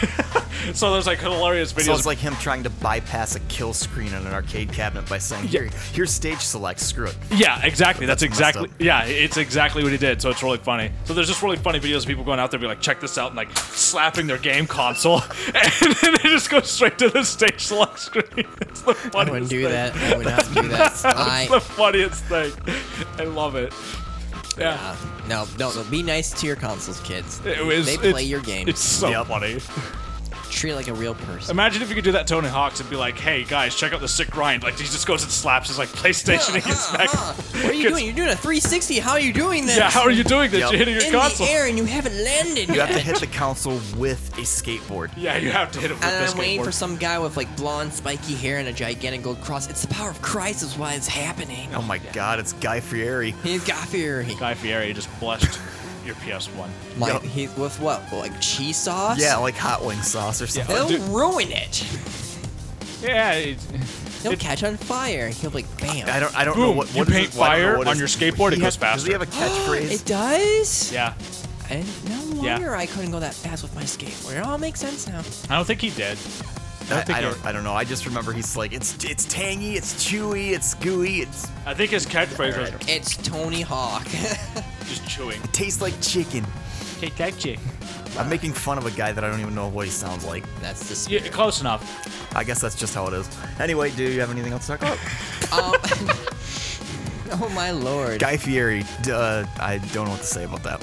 C: So there's like hilarious videos.
D: So it's like him trying to bypass a kill screen in an arcade cabinet by saying, "Here, here's stage select. Screw it."
C: Yeah, exactly. That's,
D: That's messed
C: exactly.
D: up.
C: Yeah, it's exactly what he did. So it's really funny. So there's just really funny videos of people going out there, be like, check this out, and like slapping their game console, and then it just goes straight to the stage select screen. It's the funniest.
A: I wouldn't do
C: thing.
A: that. I would not do that. I
C: It's the funniest thing. I love it. Yeah,
A: uh, no, no, no. Be nice to your consoles, kids.
C: it was.
A: they
C: it's-
A: play your game.
C: It's so
D: Yep.
C: funny.
A: Treat it like a real person.
C: Imagine if you could do that, Tony Hawk's, and be like, "Hey guys, check out the sick grind." Like he just goes and slaps his like PlayStation against back.
A: What are you doing? You're doing a 360. How are you doing this?
C: Yeah, how are you doing this?
D: Yep.
C: You're hitting your
A: in
C: console.
A: the air and you haven't landed
D: You
A: yet.
D: have to hit the console with a skateboard.
C: Yeah, you have to hit it with
A: And
C: this
A: I'm waiting
C: skateboard.
A: for some guy with like blonde, spiky hair and a gigantic gold cross. It's the power of Christ is why it's happening.
D: Oh my God, it's Guy Fieri.
A: He's got fury.
C: Guy Fieri just blessed your PS1.
A: Like
D: Yup.
A: he with what? Like cheese sauce?
D: Yeah, like hot wing sauce or something.
A: He'll
C: Oh, dude.
A: ruin it.
C: Yeah, it,
A: He'll catch on fire. He'll be like bam.
D: I don't. I don't know
C: Boom,
D: what.
C: you
D: what is
C: paint
D: it- well, I don't know
C: fire
D: what
C: on
D: is-
C: your skateboard, it
D: he
C: goes
D: has- Does he have a
A: it
D: catchphrase?
A: does?
C: yeah.
A: I didn't, no
C: Yeah.
A: wonder I couldn't go that fast with my skateboard. It all makes sense now.
C: I don't think he did.
D: I,
C: think
D: I
C: it-
D: don't. I don't know. I just remember he's like, it's it's tangy, it's chewy, it's gooey, it's
C: I think his catchphrase was
A: It's Tony Hawk.
C: just chewing.
D: tastes like chicken.
C: Hey, that chick.
D: I'm making fun of a guy that I don't even know what he sounds like.
A: That's the
C: Yeah,
A: spirit.
C: close enough.
D: I guess that's just how it is. Anyway, do you have anything else to talk about?
A: Um, oh my lord.
D: guy Fieri. d- Uh, I don't know what to say about that.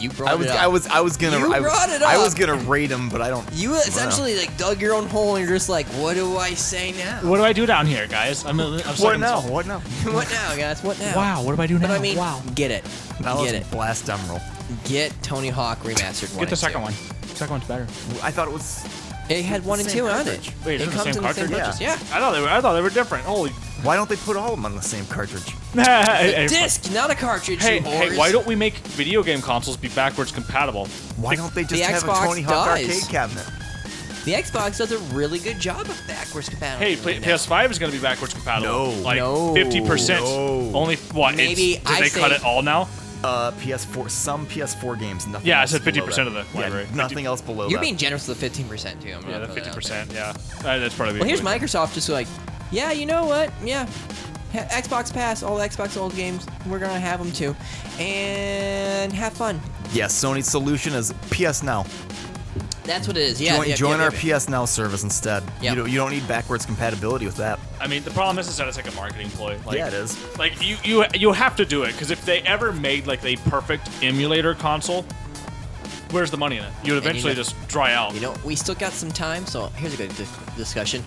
A: you brought
D: I was.
A: it up.
D: I was. I was gonna.
A: Oh, You
D: I,
A: brought it
D: I was
A: up.
D: gonna rate him, but I don't.
A: You essentially like dug your own hole and you're just like, what do I say now?
C: What do I do down here, guys? I'm, I'm
D: What now? What now?
A: what now, guys? What now?
C: Wow, what do I do
A: But
C: now?
A: I mean,
C: wow.
A: get it.
D: Now
A: get it.
D: let's blast Emerald.
A: Get Tony Hawk remastered. one
C: Get the
A: and
C: second
A: two.
C: one. Second one's better.
D: I thought it was.
A: It had one and
D: Same
A: two on
D: cartridge.
A: it.
C: Wait, is
A: it
C: it the
A: comes
C: same
A: in
C: cartridge?
A: the same cartridge. Yeah.
C: I thought they were. I thought they were different. Holy.
D: Why don't they put all of them on the same cartridge?
A: A disc, not a cartridge.
C: Hey,
A: you
C: hey,
A: whores.
C: why don't we make video game consoles be backwards compatible?
D: Why don't they just
A: the
D: have
A: Xbox
D: a Tony Hawk
A: does.
D: arcade cabinet?
A: the Xbox does a really good job of backwards compatibility?
C: Hey, play,
A: now.
C: PS5 is going to be backwards compatible.
D: No.
C: like
A: No.
C: 50%.
D: No.
C: Only what? it's-
A: Maybe
C: did
A: I
C: they cut
A: say-
C: it all now?
D: Uh, PS4, some PS4 games, nothing.
C: Yeah, I
D: else
C: said
D: below
C: 50%
D: that.
C: of the library.
D: Yeah, nothing else below
A: You're
D: that.
A: being generous with the 15% too. I'm gonna
C: Yeah, the
A: put that out
C: 50%. Yeah, Uh, that's probably.
A: there. Well, here's Microsoft just like, yeah, you know what? Yeah. Ha- Xbox Pass, all the Xbox old games, we're gonna have them too, and have fun.
D: yeah, Sony's solution is PS Now.
A: That's what it is. Yeah,
D: join
A: yeah,
D: join
A: yeah,
D: our
A: yeah.
D: PS Now service instead.
A: Yep.
D: You, don't, you don't need backwards compatibility with that.
C: I mean, the problem is, is that it's like a marketing ploy. Like,
D: yeah, it is.
C: Like you, you, you have to do it because if they ever made like a perfect emulator console, where's the money in it? You'd
A: you
C: eventually
A: know-
C: just dry out.
A: You know, we still got some time, so here's a good dis- discussion.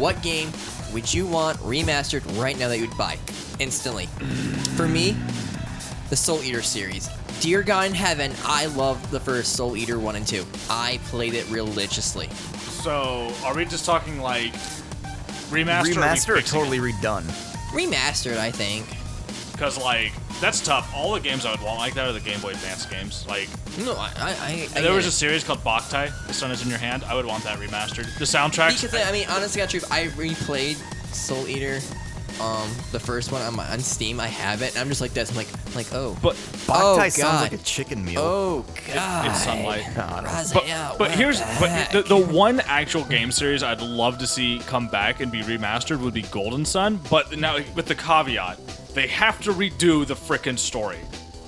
A: What game would you want remastered right now that you'd buy instantly? For me, the Soul Eater series. Dear God in heaven, I love the first Soul Eater 1 and 2. I played it religiously.
C: So, are we just talking like remaster?
D: Remaster or totally redone?
A: Remastered, I think.
C: Because like that's tough. All the games I would want like that are the Game Boy Advance games. Like
A: No, I. I, I I
C: there
A: get
C: was
A: it.
C: a series called Boktai. The Sun is in Your Hand. I would want that remastered. The soundtracks.
A: Because I mean, honestly, got truth. I replayed Soul Eater, um, the first one on my on Steam. I have it, and I'm just like this. I'm like, I'm like oh,
C: but
A: oh
D: Boktai
A: god,
D: sounds like a chicken meal.
A: oh god,
C: it's sunlight.
D: God.
C: But,
A: Raziel,
C: but
A: what
C: here's
A: the
C: but
A: heck?
C: the, the one actual game series I'd love to see come back and be remastered would be Golden Sun. But now with the caveat, they have to redo the frickin' story.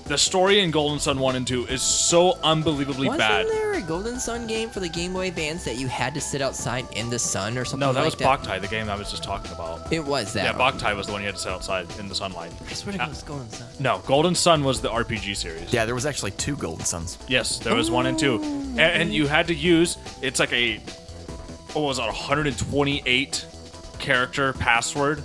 C: The story in Golden Sun one and two is so unbelievably
A: Wasn't
C: bad.
A: there a Golden Sun game for the Game Boy Advance that you had to sit outside in the sun or something?
C: No, that
A: like
C: was
A: that?
C: Boktai, the game I was just talking about.
A: It was that.
C: Yeah,
A: one.
C: Boktai was the one you had to sit outside in the sunlight.
A: I swear to God, it was Golden Sun.
C: No, Golden Sun was the RPG series.
D: Yeah, there was actually two Golden Suns.
C: Yes, there was one and two, and, and you had to use it's like a what was it, 128 character password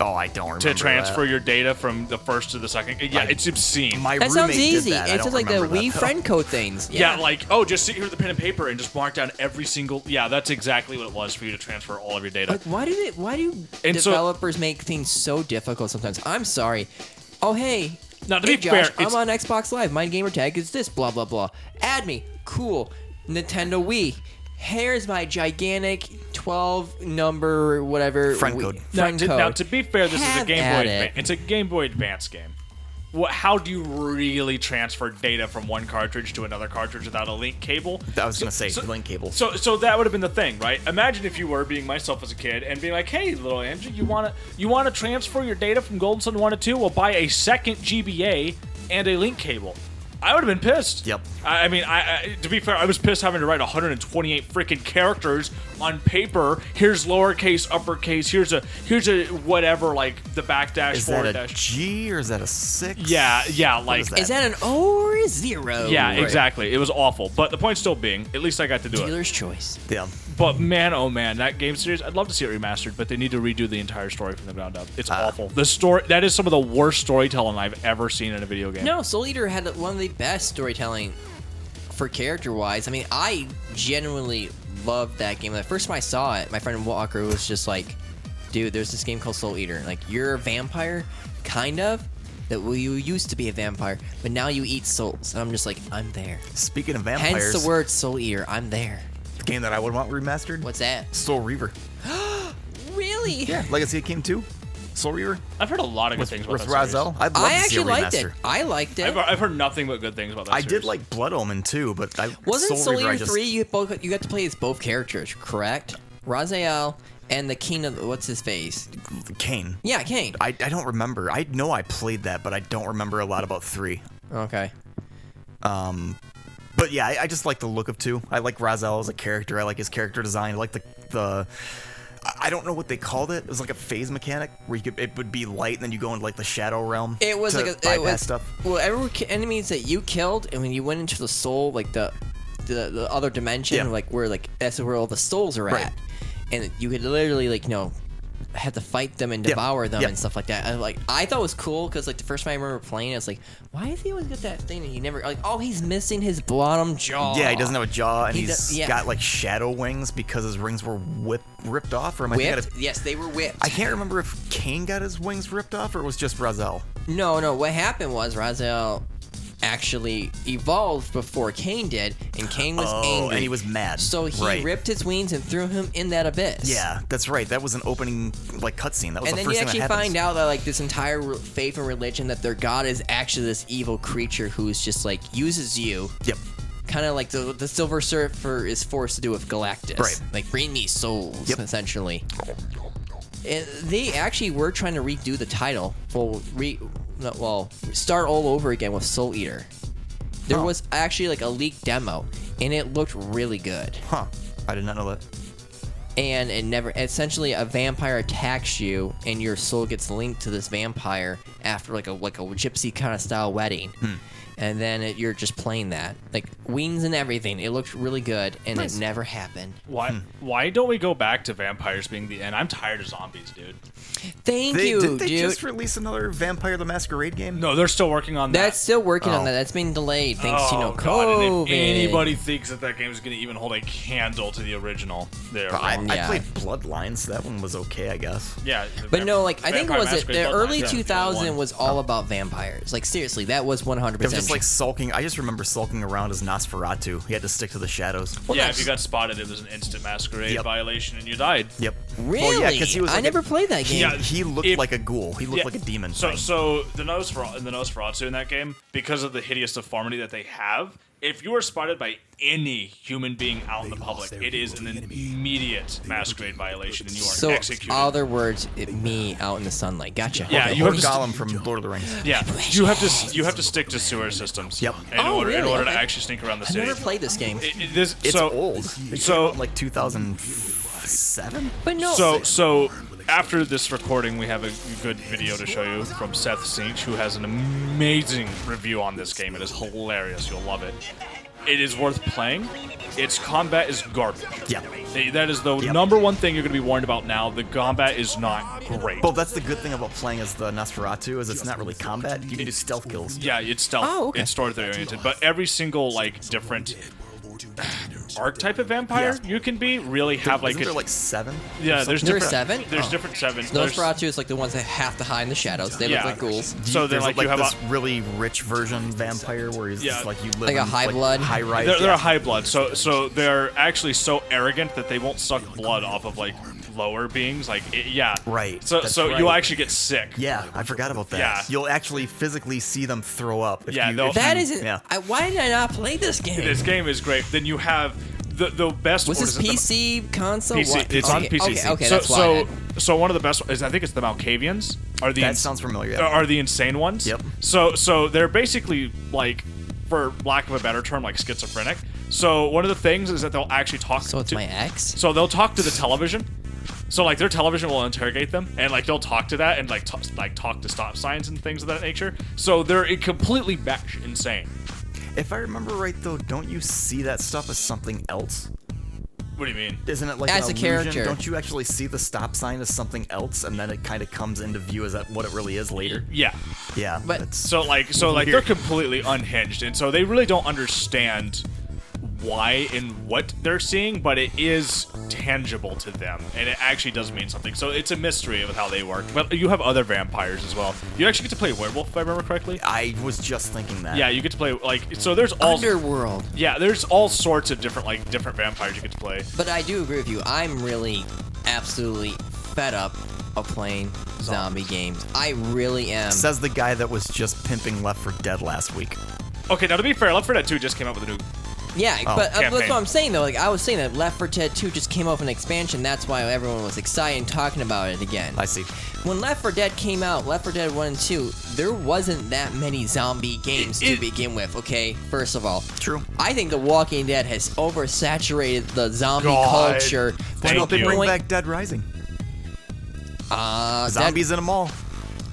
D: Oh, I don't remember.
C: to transfer
D: that.
C: your data from the first to the second. Yeah,
D: I-
C: it's obscene.
D: My
A: That
D: roommate
A: sounds
D: did
A: easy.
D: that. I don't
A: It's just like the
D: remember that,
A: Wii
D: though.
A: friend code things.
C: yeah. like oh, just sit here with a pen and paper and just mark down every single. Yeah, that's exactly what it was for you to transfer all of your data.
A: Like, why do they? Why do
C: And so-
A: developers make things so difficult sometimes? I'm sorry. Oh hey.
C: Now, to
A: hey,
C: be
A: Josh,
C: fair, it's-
A: I'm on Xbox Live. My gamer tag is this. Blah blah blah. Add me. Cool. Nintendo Wii. Here's my gigantic 12 number whatever
D: Friend
A: Wii-
D: code.
C: Now,
A: friend
C: to,
A: code.
C: now, to be fair, this is a
A: Have
C: Game
A: at
C: Boy.
A: it.
C: Advance. It's a Game Boy Advance game. What, how do you really transfer data from one cartridge to another cartridge without a link cable?
D: I was gonna say link cable.
C: So, so that would have been the thing, right? Imagine if you were being myself as a kid and being like, "Hey, little Andrew, you wanna you wanna transfer your data from Golden Sun One to Two? We'll buy a second GBA and a link cable." I would have been pissed.
D: Yep.
C: I, I mean, I, I to be fair, I was pissed having to write 128 freaking characters on paper. Here's lowercase, uppercase. Here's a here's a whatever, like the backdash,
D: is that
C: forward
D: a
C: dash.
D: G or is that a six?
C: Yeah, yeah,
D: What
C: like-
D: is
A: is that an O or a zero?
C: yeah, exactly. It was awful, but the point still being, at least I got to do it.
A: Dealer's choice.
D: Yeah.
C: But man, oh man, that game series, I'd love to see it remastered, but they need to redo the entire story from the ground up. It's
A: Ah.
C: awful. The story that is some of the worst storytelling I've ever seen in a video game.
A: No, Soul Eater had one of the best storytelling for character wise. I mean, I genuinely loved that game. The first time I saw it, my friend Walker was just like, dude, there's this game called Soul Eater. Like, you're a vampire, kind of. That well, you used to be a vampire, but now you eat souls. And I'm just like, I'm there.
D: Speaking of
A: Hence
D: vampires,
A: the word Soul Eater. I'm there.
D: the game that I would want remastered.
A: What's that?
D: Soul Reaver?
A: Really?
D: Yeah, Legacy of King Two, Soul Reaver
C: I've heard a lot of good
D: with,
C: things
D: with
C: about that series.
D: Razel. I'd love
A: I
D: to see a
A: actually liked it.
D: remaster.
A: I liked it.
C: I've, I've heard nothing but good things about that.
D: I did
C: series.
D: like Blood Omen too, but I
A: Wasn't Soul,
D: Reaver, I
A: Eater
D: just,
A: three? You both you got to play as both characters, correct? Raziel and the king of what's his face?
D: Kane.
A: Yeah, Kane.
D: I, I don't remember. I know I played that, but I don't remember a lot about three.
A: Okay.
D: But yeah, I, I just like the look of two. I like Razel as a character. I like his character design. I like the the. I- I don't know what they called it. It was like a phase mechanic where you could it would be light and then you go into like the shadow realm.
A: It was
D: to
A: like a,
D: bypass
A: it was
D: stuff.
A: Well, every ki- enemies that you killed, and when you went into the soul, like the the, the other dimension,
D: Yeah.
A: like where like that's where all the souls are
D: Right.
A: at, and you could literally like you know have to fight them and
D: Yeah.
A: devour them
D: Yeah.
A: and stuff like that. And like I thought it was cool because like the first time I remember playing, it, it's like why is he always got that thing and he never like oh he's missing his bottom jaw.
D: Yeah, he doesn't have a jaw and
A: He do-
D: he's
A: yeah.
D: got like shadow wings because his rings were whip, ripped off. Or am I thinking
A: Whipped?
D: of-
A: Yes, they were whipped.
D: I can't remember if Kane got his wings ripped off or it was just Razel.
A: No, no. What happened was Raziel actually evolved before Kane did, and Kane was
D: Oh,
A: angry.
D: and he was mad.
A: So he
D: Right.
A: ripped his wings and threw him in that abyss.
D: Yeah, that's right. That was an opening like cutscene. That was
A: And
D: the
A: then you
D: first thing
A: actually
D: that happens.
A: find out that like this entire re- faith and religion that their god is actually this evil creature who's just like uses you,
D: Yep.
A: kind of like the, the Silver Surfer is forced to do with Galactus,
D: Right.
A: Like bring me souls,
D: Yep.
A: essentially. And they actually were trying to redo the title. Well, re, no, well, start all over again with Soul Eater. There was actually like a leaked demo, and it looked really good.
D: Huh. I did not know that.
A: and it never essentially a vampire attacks you and your soul gets linked to this vampire after like a like a gypsy kind of style wedding
D: Hmm.
A: and then it, you're just playing that like wings and everything it looked really good and it never happened
C: Why? Why don't we go back to vampires being the end? I'm tired of zombies, dude.
A: thank
D: They,
A: you
D: did they
A: dude
D: just release another Vampire the Masquerade game?
C: No, they're still working on
A: that's
C: that. Oh,
A: still working on
D: Oh.
A: that that's been delayed thanks to you know
C: God, and
A: COVID.
C: if anybody thinks that that game is going to even hold a candle to the original, they're
D: I,
C: wrong.
D: I
A: Yeah.
D: played Bloodlines. That one was okay, I guess.
C: yeah,
A: But no, like I think
C: Vampire
A: was it
C: Masquerade
A: the
C: Bloodline,
A: early
C: yeah, if you
A: 2000
C: want.
A: was all about vampires. Like seriously, that was 100.
D: They were Oh. just
A: percent
D: like sulking. I just remember sulking around as Nosferatu. He had to stick to the shadows.
A: Well,
C: yeah,
A: that's-
C: if you got spotted, it was an instant masquerade
D: Yep.
C: violation, and you died.
D: Yep.
A: Really?
D: Well, yeah, because he was.
A: I
D: like
A: never
D: a,
A: played that game.
C: Yeah,
D: He looked
C: If-
D: like a ghoul. He looked
C: Yeah.
D: like a demon.
C: So,
D: thing.
C: so the Nosferatu, the Nosferatu in that game, because of the hideous deformity that they have, if you are spotted by any human being out in the public, it is an immediate masquerade violation, and you are
A: So
C: executed.
A: other words, it, me out in the sunlight. Gotcha.
C: Yeah,
A: Okay.
C: you
D: Or
C: have to st-
D: Gollum from Lord of the Rings.
C: yeah, you have to s- you have to stick to sewer systems.
D: Yep.
C: In
A: Oh,
C: order in
A: really?
C: order to
A: Okay.
C: actually sneak around the
A: I've
C: city.
A: never played this game.
C: It- it- this-
D: It's
C: so,
D: old. They came
C: so-
D: out in, like 2007.
A: But no.
C: So, so after this recording, we have a good video to show you from Seth Seach, who has an amazing review on this game. It is hilarious. You'll love it. It is worth playing. Its combat is garbage.
D: Yeah.
C: They- That is the
D: Yep.
C: number one thing you're going to be warned about now. The combat is not great.
D: Well, that's the good thing about playing as the Nosferatu is it's not really combat. You can do stealth kills.
C: Yeah, it's stealth.
A: Oh, okay.
C: It's story oriented, but every single like different archetype of vampire you can be really have like
D: Isn't there
C: a,
D: like seven?
C: yeah. There's
A: There are
C: different
A: seven?
C: There's
A: Oh.
C: different seven.
A: Nosferatu is like the ones that have to hide in the shadows. They
C: Yeah.
A: look like ghouls.
C: So then,
D: There's,
C: like, you have
D: this
C: a,
D: really rich version vampire where he's
C: Yeah.
D: just, like you live
A: Like a
D: in,
A: high blood?
D: high rise.
C: They're, they're
D: yeah.
C: a high blood, so so they're actually so arrogant that they won't suck blood off of like lower beings. Like it, yeah,
D: Right,
C: So
D: that's
C: so you
D: right.
C: actually get sick.
D: Yeah, I forgot about that.
C: Yeah.
D: You'll actually physically see them throw up. If
C: Yeah,
D: you,
C: they'll-
D: if
A: That
D: you-
A: isn't.
D: Yeah.
A: I, why did I not play this game?
C: This game is great. Then you have the the best.
A: was
C: or
A: this
C: is it the-
A: PC console?
C: PC.
A: What?
C: It's on
A: okay,
C: PC.
A: Okay, okay,
C: so
A: that's why. I
C: so
A: did.
C: so one of the best is I think it's the Malkavians are the
D: That
C: ins- uh,
D: sounds familiar.
C: are the insane ones.
D: Yep.
C: So so they're basically like, for lack of a better term, like schizophrenic. So one of the things is that they'll actually talk.
A: so it's
C: to,
A: my ex.
C: So they'll talk to the television. So like their television will interrogate them, and like they'll talk to that, and like t- like talk to stop signs and things of that nature. So they're i- completely batsh insane.
D: If I remember right, though, don't you see that stuff as something else?
C: What do you mean?
D: Isn't it like
A: As
D: an
A: a
D: illusion?
A: character.
D: Don't you actually see the stop sign as something else, and then it kind of comes into view as that what it really is later?
C: Yeah.
D: Yeah,
A: But-
D: that's-
C: So like so like they're completely unhinged, and so they really don't understand why and what they're seeing, but it is tangible to them, and it actually does mean something. So it's a mystery of how they work. But you have other vampires as well. You actually get to play werewolf, if I remember correctly.
D: I was just thinking that.
C: Yeah, you get to play like so. There's all
A: Underworld.
C: Yeah, there's all sorts of different like different vampires you get to play.
A: But I do agree with you. I'm really, absolutely fed up of playing zombie games. I really am.
D: Says the guy that was just pimping Left for Dead last week. Okay,
C: Okay, now to be fair, Left 4 Dead 2 just came out with a new.
D: Oh,
A: Yeah, but uh, that's
C: campaign.
A: what I'm saying though. Like I was saying that Left 4 Dead 2 just came out with an expansion. That's why everyone was excited and talking about it again.
D: I see.
A: When Left 4 Dead came out, Left 4 Dead 1 and 2, there wasn't that many zombie games
C: It-
A: to begin with. Okay, first of all,
D: True.
A: I think The Walking Dead has oversaturated the zombie
C: God.
A: culture.
C: Why
D: Well,
C: don't
D: they
C: you.
D: bring back Dead Rising.
A: uh, Dead,
D: Zombies in a mall.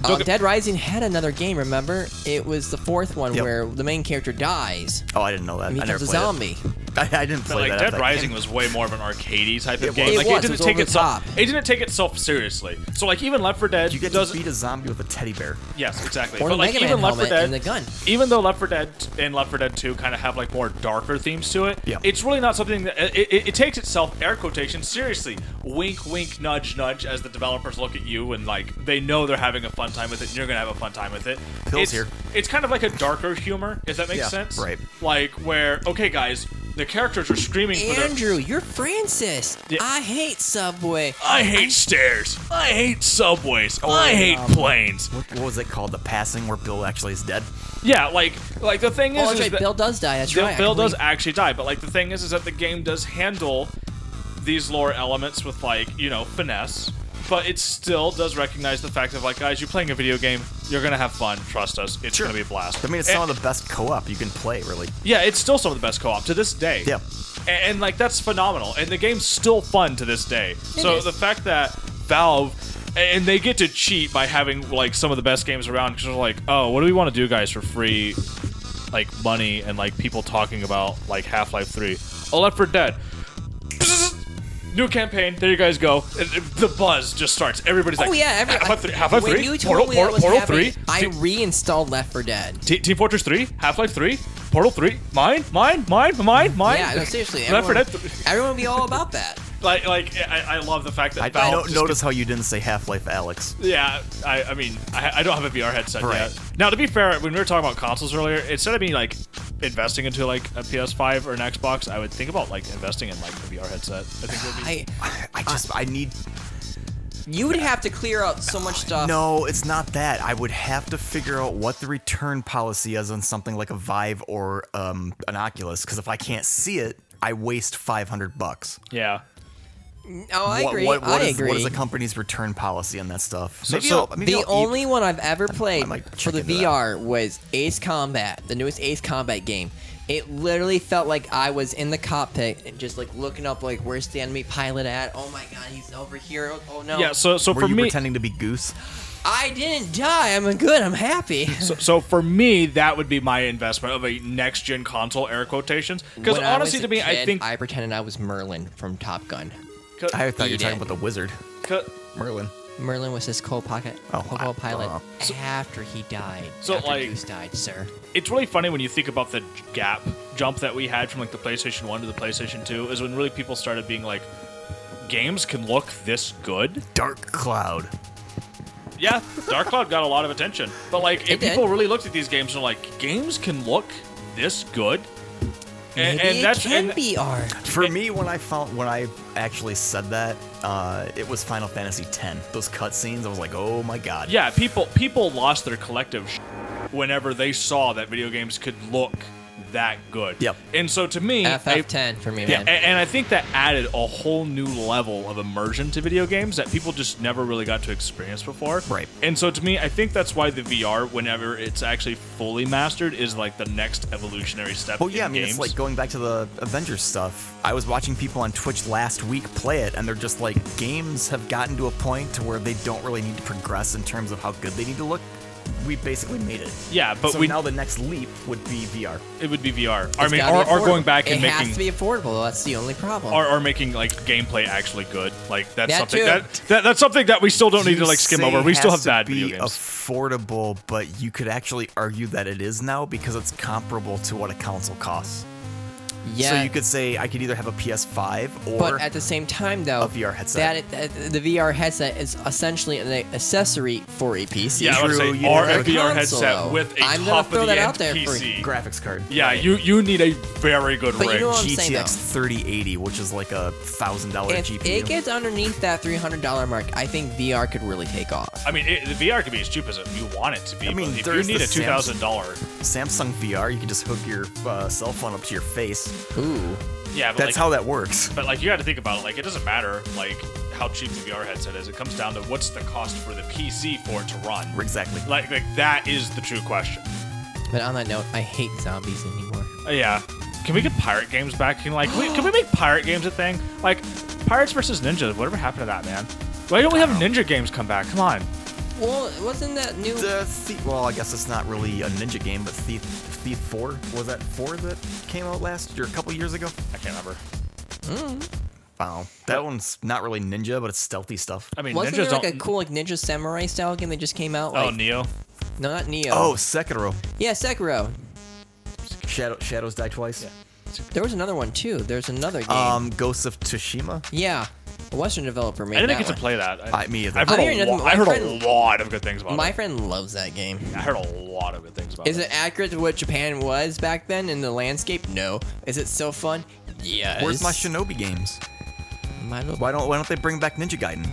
A: uh, Dead Rising had another game. Remember, it was the fourth one
D: Yep.
A: where the main character dies
D: Oh, I didn't know that.
A: and
D: I
A: becomes
D: never
A: a
D: played it.
A: zombie.
D: I, I didn't play that.
C: But like
D: after
C: Dead
D: that
C: Rising
D: game.
C: was way more of an arcadey type
D: It
C: of game.
D: was.
C: Like
A: It was,
C: it
A: it
C: didn't
A: was
C: take
A: over the
C: itself.
A: top.
C: It didn't take itself seriously. So like even Left 4 Dead
D: You get to
C: doesn't.
D: beat a zombie with a teddy bear.
C: yes, exactly.
A: Or
C: but
A: the
C: like
A: Mega Man
C: even Left 4
A: helmet
C: Dead
A: and the gun.
C: Even though Left 4 Dead and Left 4 Dead 2 kind of have like more darker themes to it,
D: Yeah.
C: it's really not something that it, it, it takes itself air quotation seriously. Wink, wink, nudge, nudge, as the developers look at you and like they know they're having a fun time with it, and you're gonna have a fun time with it.
D: Pills
C: it's,
D: here.
C: It's kind of like a darker humor, if that makes
D: Yeah,
C: sense.
D: right.
C: Like where okay, guys, the characters are screaming for their
A: Andrew, you're Francis.
C: Yeah.
A: I hate Subway.
C: I hate stairs. I hate subways. I hate
A: um,
C: planes.
D: What, what was it called? The passing where Bill actually is dead.
C: Yeah, like like the thing
A: Oh,
C: is,
A: that's
C: is
A: right.
C: that-
A: Bill does die. That's
C: Bill,
A: right. I
C: Bill does
A: completely-
C: actually die, but like the thing is, is that the game does handle these lore elements with like you know finesse, but it still does recognize the fact of like guys, you're playing a video game, you're gonna have fun. Trust us, it's gonna be a blast.
D: I mean, it's
C: And-
D: some of the best co-op you can play, really.
C: yeah, it's still some of the best co-op to this day.
D: Yeah.
C: and, and like that's phenomenal. And the game's still fun to this day. so
A: is.
C: the fact that Valve and they get to cheat by having like some of the best games around because they're like, oh, what do we want to do, guys, for free? Like money and like people talking about like Half Life Three, oh, Left for Dead. New campaign. There you guys go. And The buzz just starts. Everybody's
A: Oh
C: like,
A: yeah, every,
C: Half Life Three, Half Life
A: when
C: Three,
A: you told
C: Portal,
A: me
C: Portal,
A: that was
C: Portal
A: happening,
C: Three.
A: I
C: T-
A: reinstalled Left 4 Dead.
C: T- Team Fortress 3, Half Life 3, Portal 3, mine, mine, mine, mine, mine.
A: Yeah, no, seriously,
C: Left 4
A: everyone,
C: Dead.
A: everyone would be all about that.
C: Like, like I, I love the fact that
D: I, I
C: Valve.
D: don't
C: just
D: notice how you didn't say Half Life Alex.
C: gets- yeah, I, I mean, I, I don't have a VR headset
D: Right.
C: yet. Now, to be fair, when we were talking about consoles earlier, instead of me like investing into like a PS5 or an Xbox, I would think about like investing in like a VR headset. I think would be.
A: I,
D: I just, I need.
A: you would have to clear out so much stuff.
D: No, it's not that. I would have to figure out what the return policy is on something like a Vive or um, an Oculus, because if I can't see it, I waste 500 bucks.
C: yeah.
A: oh, I
D: What-
A: agree.
D: What, what
A: I
D: is-
A: agree.
D: what is the company's return policy on that stuff? maybe
C: so
D: I'll, maybe
A: the
D: I'll eat-
A: only one I've ever played
D: might
A: for
D: check
A: the
D: into that.
A: VR was Ace Combat, the newest Ace Combat game. It literally felt like I was in the cockpit and just like looking up like where's the enemy pilot at? Oh my god, he's over here. Oh, oh no.
C: Yeah. So, so
D: Were
C: for
D: you
C: me,
D: pretending to be Goose?
A: I didn't die. I'm good. I'm happy.
C: So, so for me, that would be my investment of a next gen console, air quotations. Because
A: When I
C: honestly,
A: was
C: to
A: a
C: me, I
A: kid,
C: think
A: I pretended I was Merlin from Top Gun.
D: I thought you were
A: Eat
D: talking
A: it.
D: about the wizard, Merlin.
A: Merlin was his cold pocket
D: Oh,
A: Coco
D: I-
A: pilot
D: oh.
A: after he died.
C: So,
A: after
C: like-
A: Goose died, sir.
C: it's really funny when you think about the gap jump that we had from like the PlayStation 1 to the PlayStation 2 is when really people started being like games can look this good.
D: Dark Cloud.
C: Yeah, Dark Cloud got a lot of attention. But like if
A: did.
C: people really looked at these games and were like games can look this good and,
A: Maybe
C: and that's
A: it can
C: and-
A: be art.
D: For me, when I found when I actually said that, uh, it was Final Fantasy X. Those cutscenes, I was like, oh my god.
C: yeah, people people lost their collective sh- whenever they saw that video games could look that good.
D: Yep.
C: And so to me, I-
A: FF10 for me,
D: Yeah,
A: man.
C: A- And, I think that added a whole new level of immersion to video games that people just never really got to experience before.
D: Right.
C: And so to me, I think that's why the VR, whenever it's actually fully mastered, is like the next evolutionary step.
D: Well, yeah, I
C: in
D: mean,
C: games.
D: it's like going back to the Avengers stuff. I was watching people on Twitch last week play it, and they're just like, games have gotten to a point to where they don't really need to progress in terms of how good they need to look. We basically made it.
C: Yeah, but
D: so
C: we-
D: now the next leap would be VR.
C: it would be VR. I mean,
A: It's gotta
C: or,
A: be
C: or going
A: affordable.
C: back
A: it
C: and
A: has to
C: making.
A: be affordable. That's the only problem.
C: Or, or making like gameplay actually good, like that's
A: That
C: something
A: too.
C: that, that that's something that we still don't need
D: You
C: to like skim
D: say
C: over. We
D: it
C: still
D: has
C: have bad
D: to be
C: video games.
D: Affordable, but you could actually argue that it is now because it's comparable to what a console costs.
A: yeah.
D: So you could say I could either have a PS5 or
A: but at the same time, though,
D: A VR headset.
A: That it, the VR headset is essentially an accessory for a PC.
C: yeah, I would
D: True,
C: say,
D: you
C: or
D: don't
C: a
D: have a
C: VR
A: console,
C: headset
A: though.
C: with a
A: I'm gonna
C: top
A: throw
C: of the
A: that
C: end
A: out there for you.
C: PC.
D: graphics card.
C: Yeah, you you need a very good
A: But you
C: rig.
A: know what I'm saying,
D: GTX
A: though.
D: 3080, which is like a thousand dollar
A: If
D: GPU.
A: it gets underneath that $300 mark, I think VR could really take off.
C: I mean, it, the VR could be as cheap as it- you want it to be.
D: I mean,
C: but if you
D: there's
C: need
D: the
C: a two thousand dollar,
D: Samsung VR, you can just hook your uh, cell phone up to your face.
A: Ooh.
C: yeah, but
D: That's
C: like,
D: how that works.
C: But like, you got to think about it. Like, it doesn't matter like how cheap the VR headset is. It comes down to what's the cost for the PC for it to run.
D: Exactly.
C: Like, like that is the true question.
A: But on that note, I hate zombies anymore.
C: Uh, yeah, can we get pirate games back? Can like, we, can we make pirate games a thing? Like, pirates versus ninjas. Whatever happened to that, man? Why don't we have ninja games come back? Come on.
A: Well, wasn't that new?
D: The Thie- well, I guess it's not really a ninja game, but Thief Thief Four was that four that came out last year, a couple years ago.
C: I can't remember.
D: Wow, that one's not really ninja, but it's stealthy stuff.
C: I mean,
A: wasn't
C: ninjas
A: there like
C: don't.
A: a cool like ninja samurai style game that just came out?
C: oh,
A: Like,
C: Neo.
A: no, not Neo.
D: Oh, Sekiro,
A: yeah, Sekiro.
D: Shadow, Shadows Die Twice.
A: There was another one too. There's another game.
D: Um, Ghosts of Tsushima.
A: yeah, a Western developer made
C: I didn't
A: that
C: get to
A: one.
C: play that. I,
D: I- me either.
C: I've heard,
A: I'm hearing
C: a,
A: nothing
C: lo-
A: but
C: I heard
A: my
C: a
A: friend-
C: lot of good things about
A: My
C: it.
A: friend loves that game.
C: I heard a lot of good things about
A: Is it accurate to what Japan was back then in the landscape? No. Is it still fun? Yes.
D: Where's my Shinobi games?
A: My little-
D: Why don't Why don't they bring back Ninja Gaiden?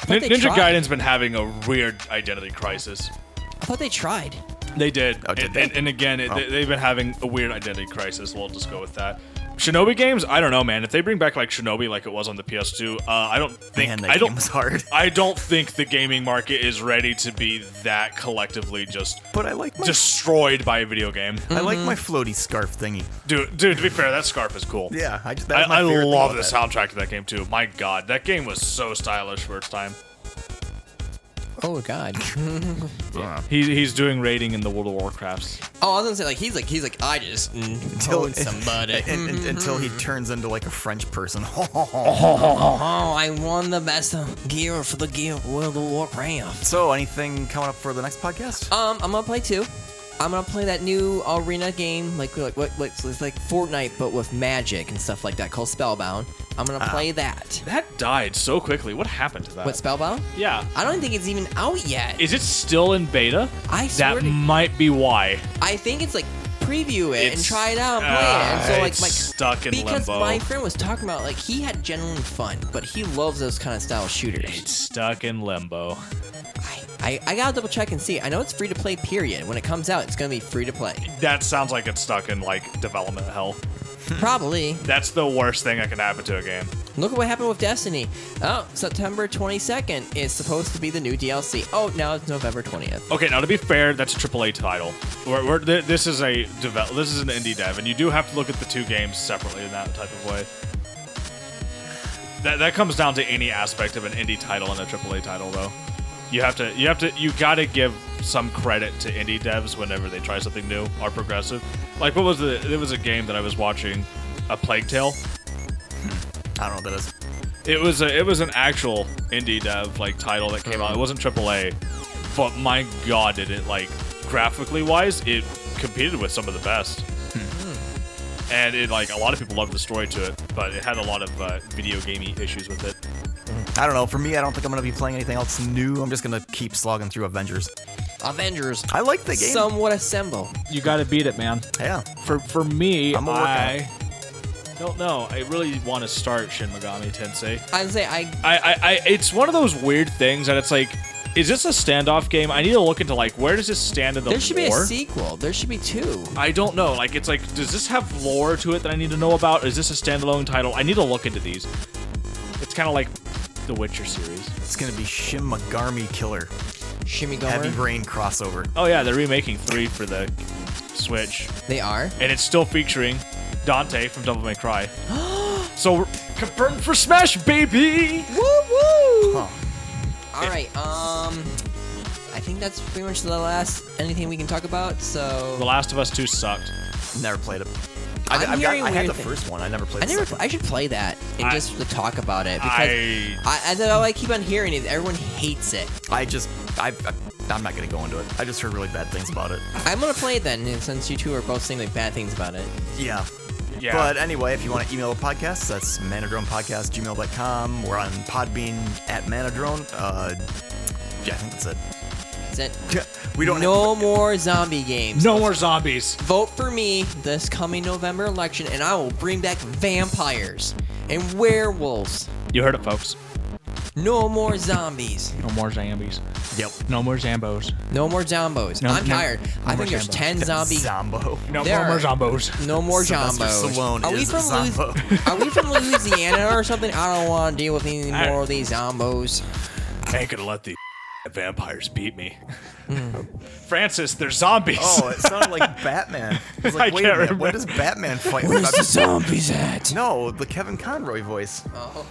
A: thought they
C: Ninja
A: tried.
C: Gaiden's been having a weird identity crisis.
A: I thought they tried.
C: They did.
D: Oh, did
C: and,
D: they?
C: And, and again, it,
D: Oh.
C: they, have been having a weird identity crisis. We'll just go with that. Shinobi games, I don't know, man. If they bring back like Shinobi, like it was on the PS2, uh, I don't think
D: Man, that
C: I don't
D: game was hard.
C: I don't think the gaming market is ready to be that collectively just
D: But I like my
C: destroyed by a video game.
D: I like my floaty scarf thingy.
C: Dude, dude, to be fair, that scarf is cool.
D: Yeah, I just,
C: I,
D: that's my
C: I
D: favorite thing
C: love
D: about
C: the
D: that.
C: soundtrack to that game too. My God, that game was so stylish for its time.
A: Oh god.
C: He, he's doing raiding in the World of Warcrafts.
A: Oh, I was gonna say like he's like he's like I just mm, told somebody.
D: And, and- until he turns into like a French person.
A: oh, I won the best of gear for the gear World of Warcraft.
D: so, anything coming up for the next podcast?
A: Um, I'm gonna play two. I'm gonna play that new arena game, like like what what's it's like Fortnite but with magic and stuff like that called Spellbound. I'm
C: Ah.
A: gonna play that.
C: That died so quickly. What happened to that?
A: What Spellbound?
C: yeah.
A: I don't think it's even out yet.
C: Is it still in beta?
A: I swear
C: that
A: to-
C: might be why.
A: I think it's like preview it and
C: It's-
A: try it out and
C: ah,
A: play it. And
C: it's
A: so like my
C: stuck in
A: because
C: limbo.
A: my friend was talking about like he had genuine fun, but he loves those kind of style shooters.
C: It's stuck in limbo.
A: I, I, I gotta double check and see. I know it's free to play. Period. When it comes out, it's gonna be free to play.
C: That sounds like it's stuck in like development hell.
A: Probably.
C: That's the worst thing that can happen to a game.
A: Look at what happened with Destiny. Oh, September 22nd is supposed to be the new DLC. Oh, now it's November 20th.
C: Okay, now to be fair, that's a AAA title. We're, we're, th- this is a devel- this is an indie dev, and you do have to look at the two games separately in that type of way. That, that comes down to any aspect of an indie title and a AAA title, though. You have to you have to you gotta give some credit to indie devs whenever they try something new or progressive. Like what was the? There was a game that I was watching, a Plague Tale.
D: I don't know what that is.
C: It was a, it was an actual indie dev like title that came out. It wasn't AAA, but my god, did it like graphically wise, it competed with some of the best. And it like a lot of people loved the story to it, but it had a lot of uh, video gamey issues with it.
D: I don't know. For me, I don't think I'm going to be playing anything else new. I'm just going to keep slogging through Avengers.
A: Avengers.
D: I like the game.
A: Somewhat assemble.
C: You gotta beat it, man.
D: yeah.
C: For for me,
D: I'm a workout. I
C: don't know. I really want to start Shin Megami Tensei.
A: I'd say I.
C: I, I, I, it's one of those weird things that it's like, is this a standoff game? I need to look into like where does this stand in the
A: There should be a
C: lore?
A: sequel. There should be two.
C: I don't know. Like, it's like, does this have lore to it that I need to know about? Is this a standalone title? I need to look into these. It's kind of like the Witcher series.
D: It's going to be Shin Megami Killer.
A: Shimmy
D: Heavy
A: Gomer.
D: Rain crossover.
C: Oh yeah, they're remaking three for the Switch,
A: They are.
C: and it's still featuring Dante from Devil May Cry. so we're confirmed for Smash, baby.
A: Woo woo!
D: Huh.
A: All right. Um, I think that's pretty much the last anything we can talk about.
C: The
A: So
C: Last of Us Two sucked.
D: Never played it.
A: I'm
D: I've got,
A: hearing
D: I had
A: weird
D: the
A: things.
D: first one. I never played
A: I
D: the
A: never.
D: second
A: I should play that and
C: I-
A: just to talk about it because
C: I
A: I, I, that's all I keep on hearing is everyone hates it.
D: one. I just, I, I, I'm not going to go into it. I just heard really bad things about it.
A: I'm gonna play it then since you two are both saying like bad things about it.
D: Yeah.
C: yeah.
D: But anyway, if you want to email the podcast, that's manadronepodcast@gmail.com. We're on Podbean at Manadrone. Uh, yeah, I think that's it.
A: That's it.
D: Yeah, we don't have,
A: No more zombie games.
C: no more zombies.
A: Vote for me this coming November election, and I will bring back vampires and werewolves.
C: You heard it, folks.
A: No more zombies.
C: No more zombies.
D: Yep.
C: No more zambos.
A: No more zombos.
C: No-
A: I'm
C: no-
A: tired. I
C: no more
A: think there's
C: zombos.
A: ten zombie.
D: Zombo.
C: No
A: There
C: more
A: are-
C: zombos.
A: No more
D: Sylvester
A: zombos.
D: Stallone
A: are we
D: is
A: from
D: Zombo.
A: Louis- Are we from Louisiana or something? I don't want to deal with any
C: I-
A: more of these zombos.
C: I ain't gonna let the vampires beat me. Hmm. Francis, they're zombies.
D: Oh, it sounded like Batman. I was
C: I
D: like, wait a
C: can't
D: minute, what does
C: remember.
D: Batman fight?
A: Where's the
D: with?
A: zombies at?
D: no, the Kevin Conroy voice.
A: Uh.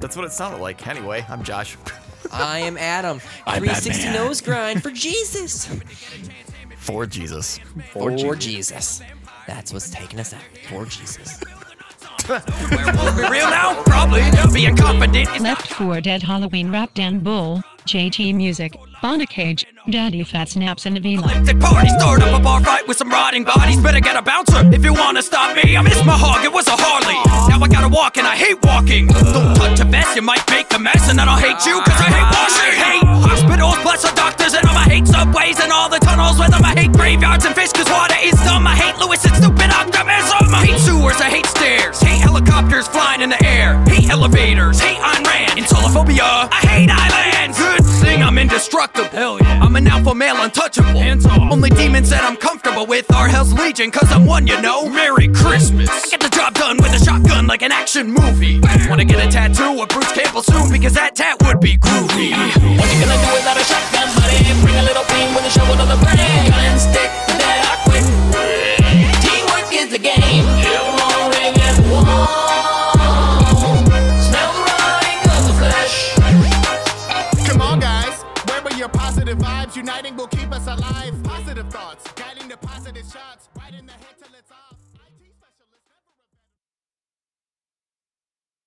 D: That's what it sounded like. Anyway, I'm Josh.
A: I am Adam.
C: I'm
A: 360
C: Batman.
A: nose grind for Jesus.
D: For Jesus.
A: For Jesus. That's what's taking us out. For Jesus.
E: Left 4 Dead Halloween Rap Dan Bull, JT Music, Bonda Cage, Daddy Fat Snaps and Avila.
F: They party stirred up a bar fight with some rotting bodies. Better get a bouncer if you wanna stop me. I miss my hog, it was a Harley. Now I gotta walk and I hate walking. Don't touch a vest, you might make a mess, and I don't hate you cause I hate washing. Hate hospitals, plus the doctors, and all I hate subways and all the tunnels with them. I hate graveyards and fish cause water is dumb. I hate Lewis and stupid optimism. I hate sewers, I hate stairs. Hate helicopters flying in the air. Hate elevators, hate Ayn Rand. Insolophobia, I hate islands. Good thing I'm indestructible. Hell yeah. I'm an alpha male untouchable. Only demons that I'm comfortable with are Hell's Legion, cause I'm one, you know. Merry Christmas. I get the job done with a shotgun like an action movie. Wanna get a tattoo of Bruce Campbell soon because that tat would be groovy.
G: What you gonna do without a shotgun, buddy? Bring a little pain with a shovel to the brain. Gun and stick to that I quit. Teamwork is the game. Elmore and Wong. Smell the rotting of the flesh.
H: Come on, guys. Where were your positive vibes? Uniting will keep us alive. Positive thoughts.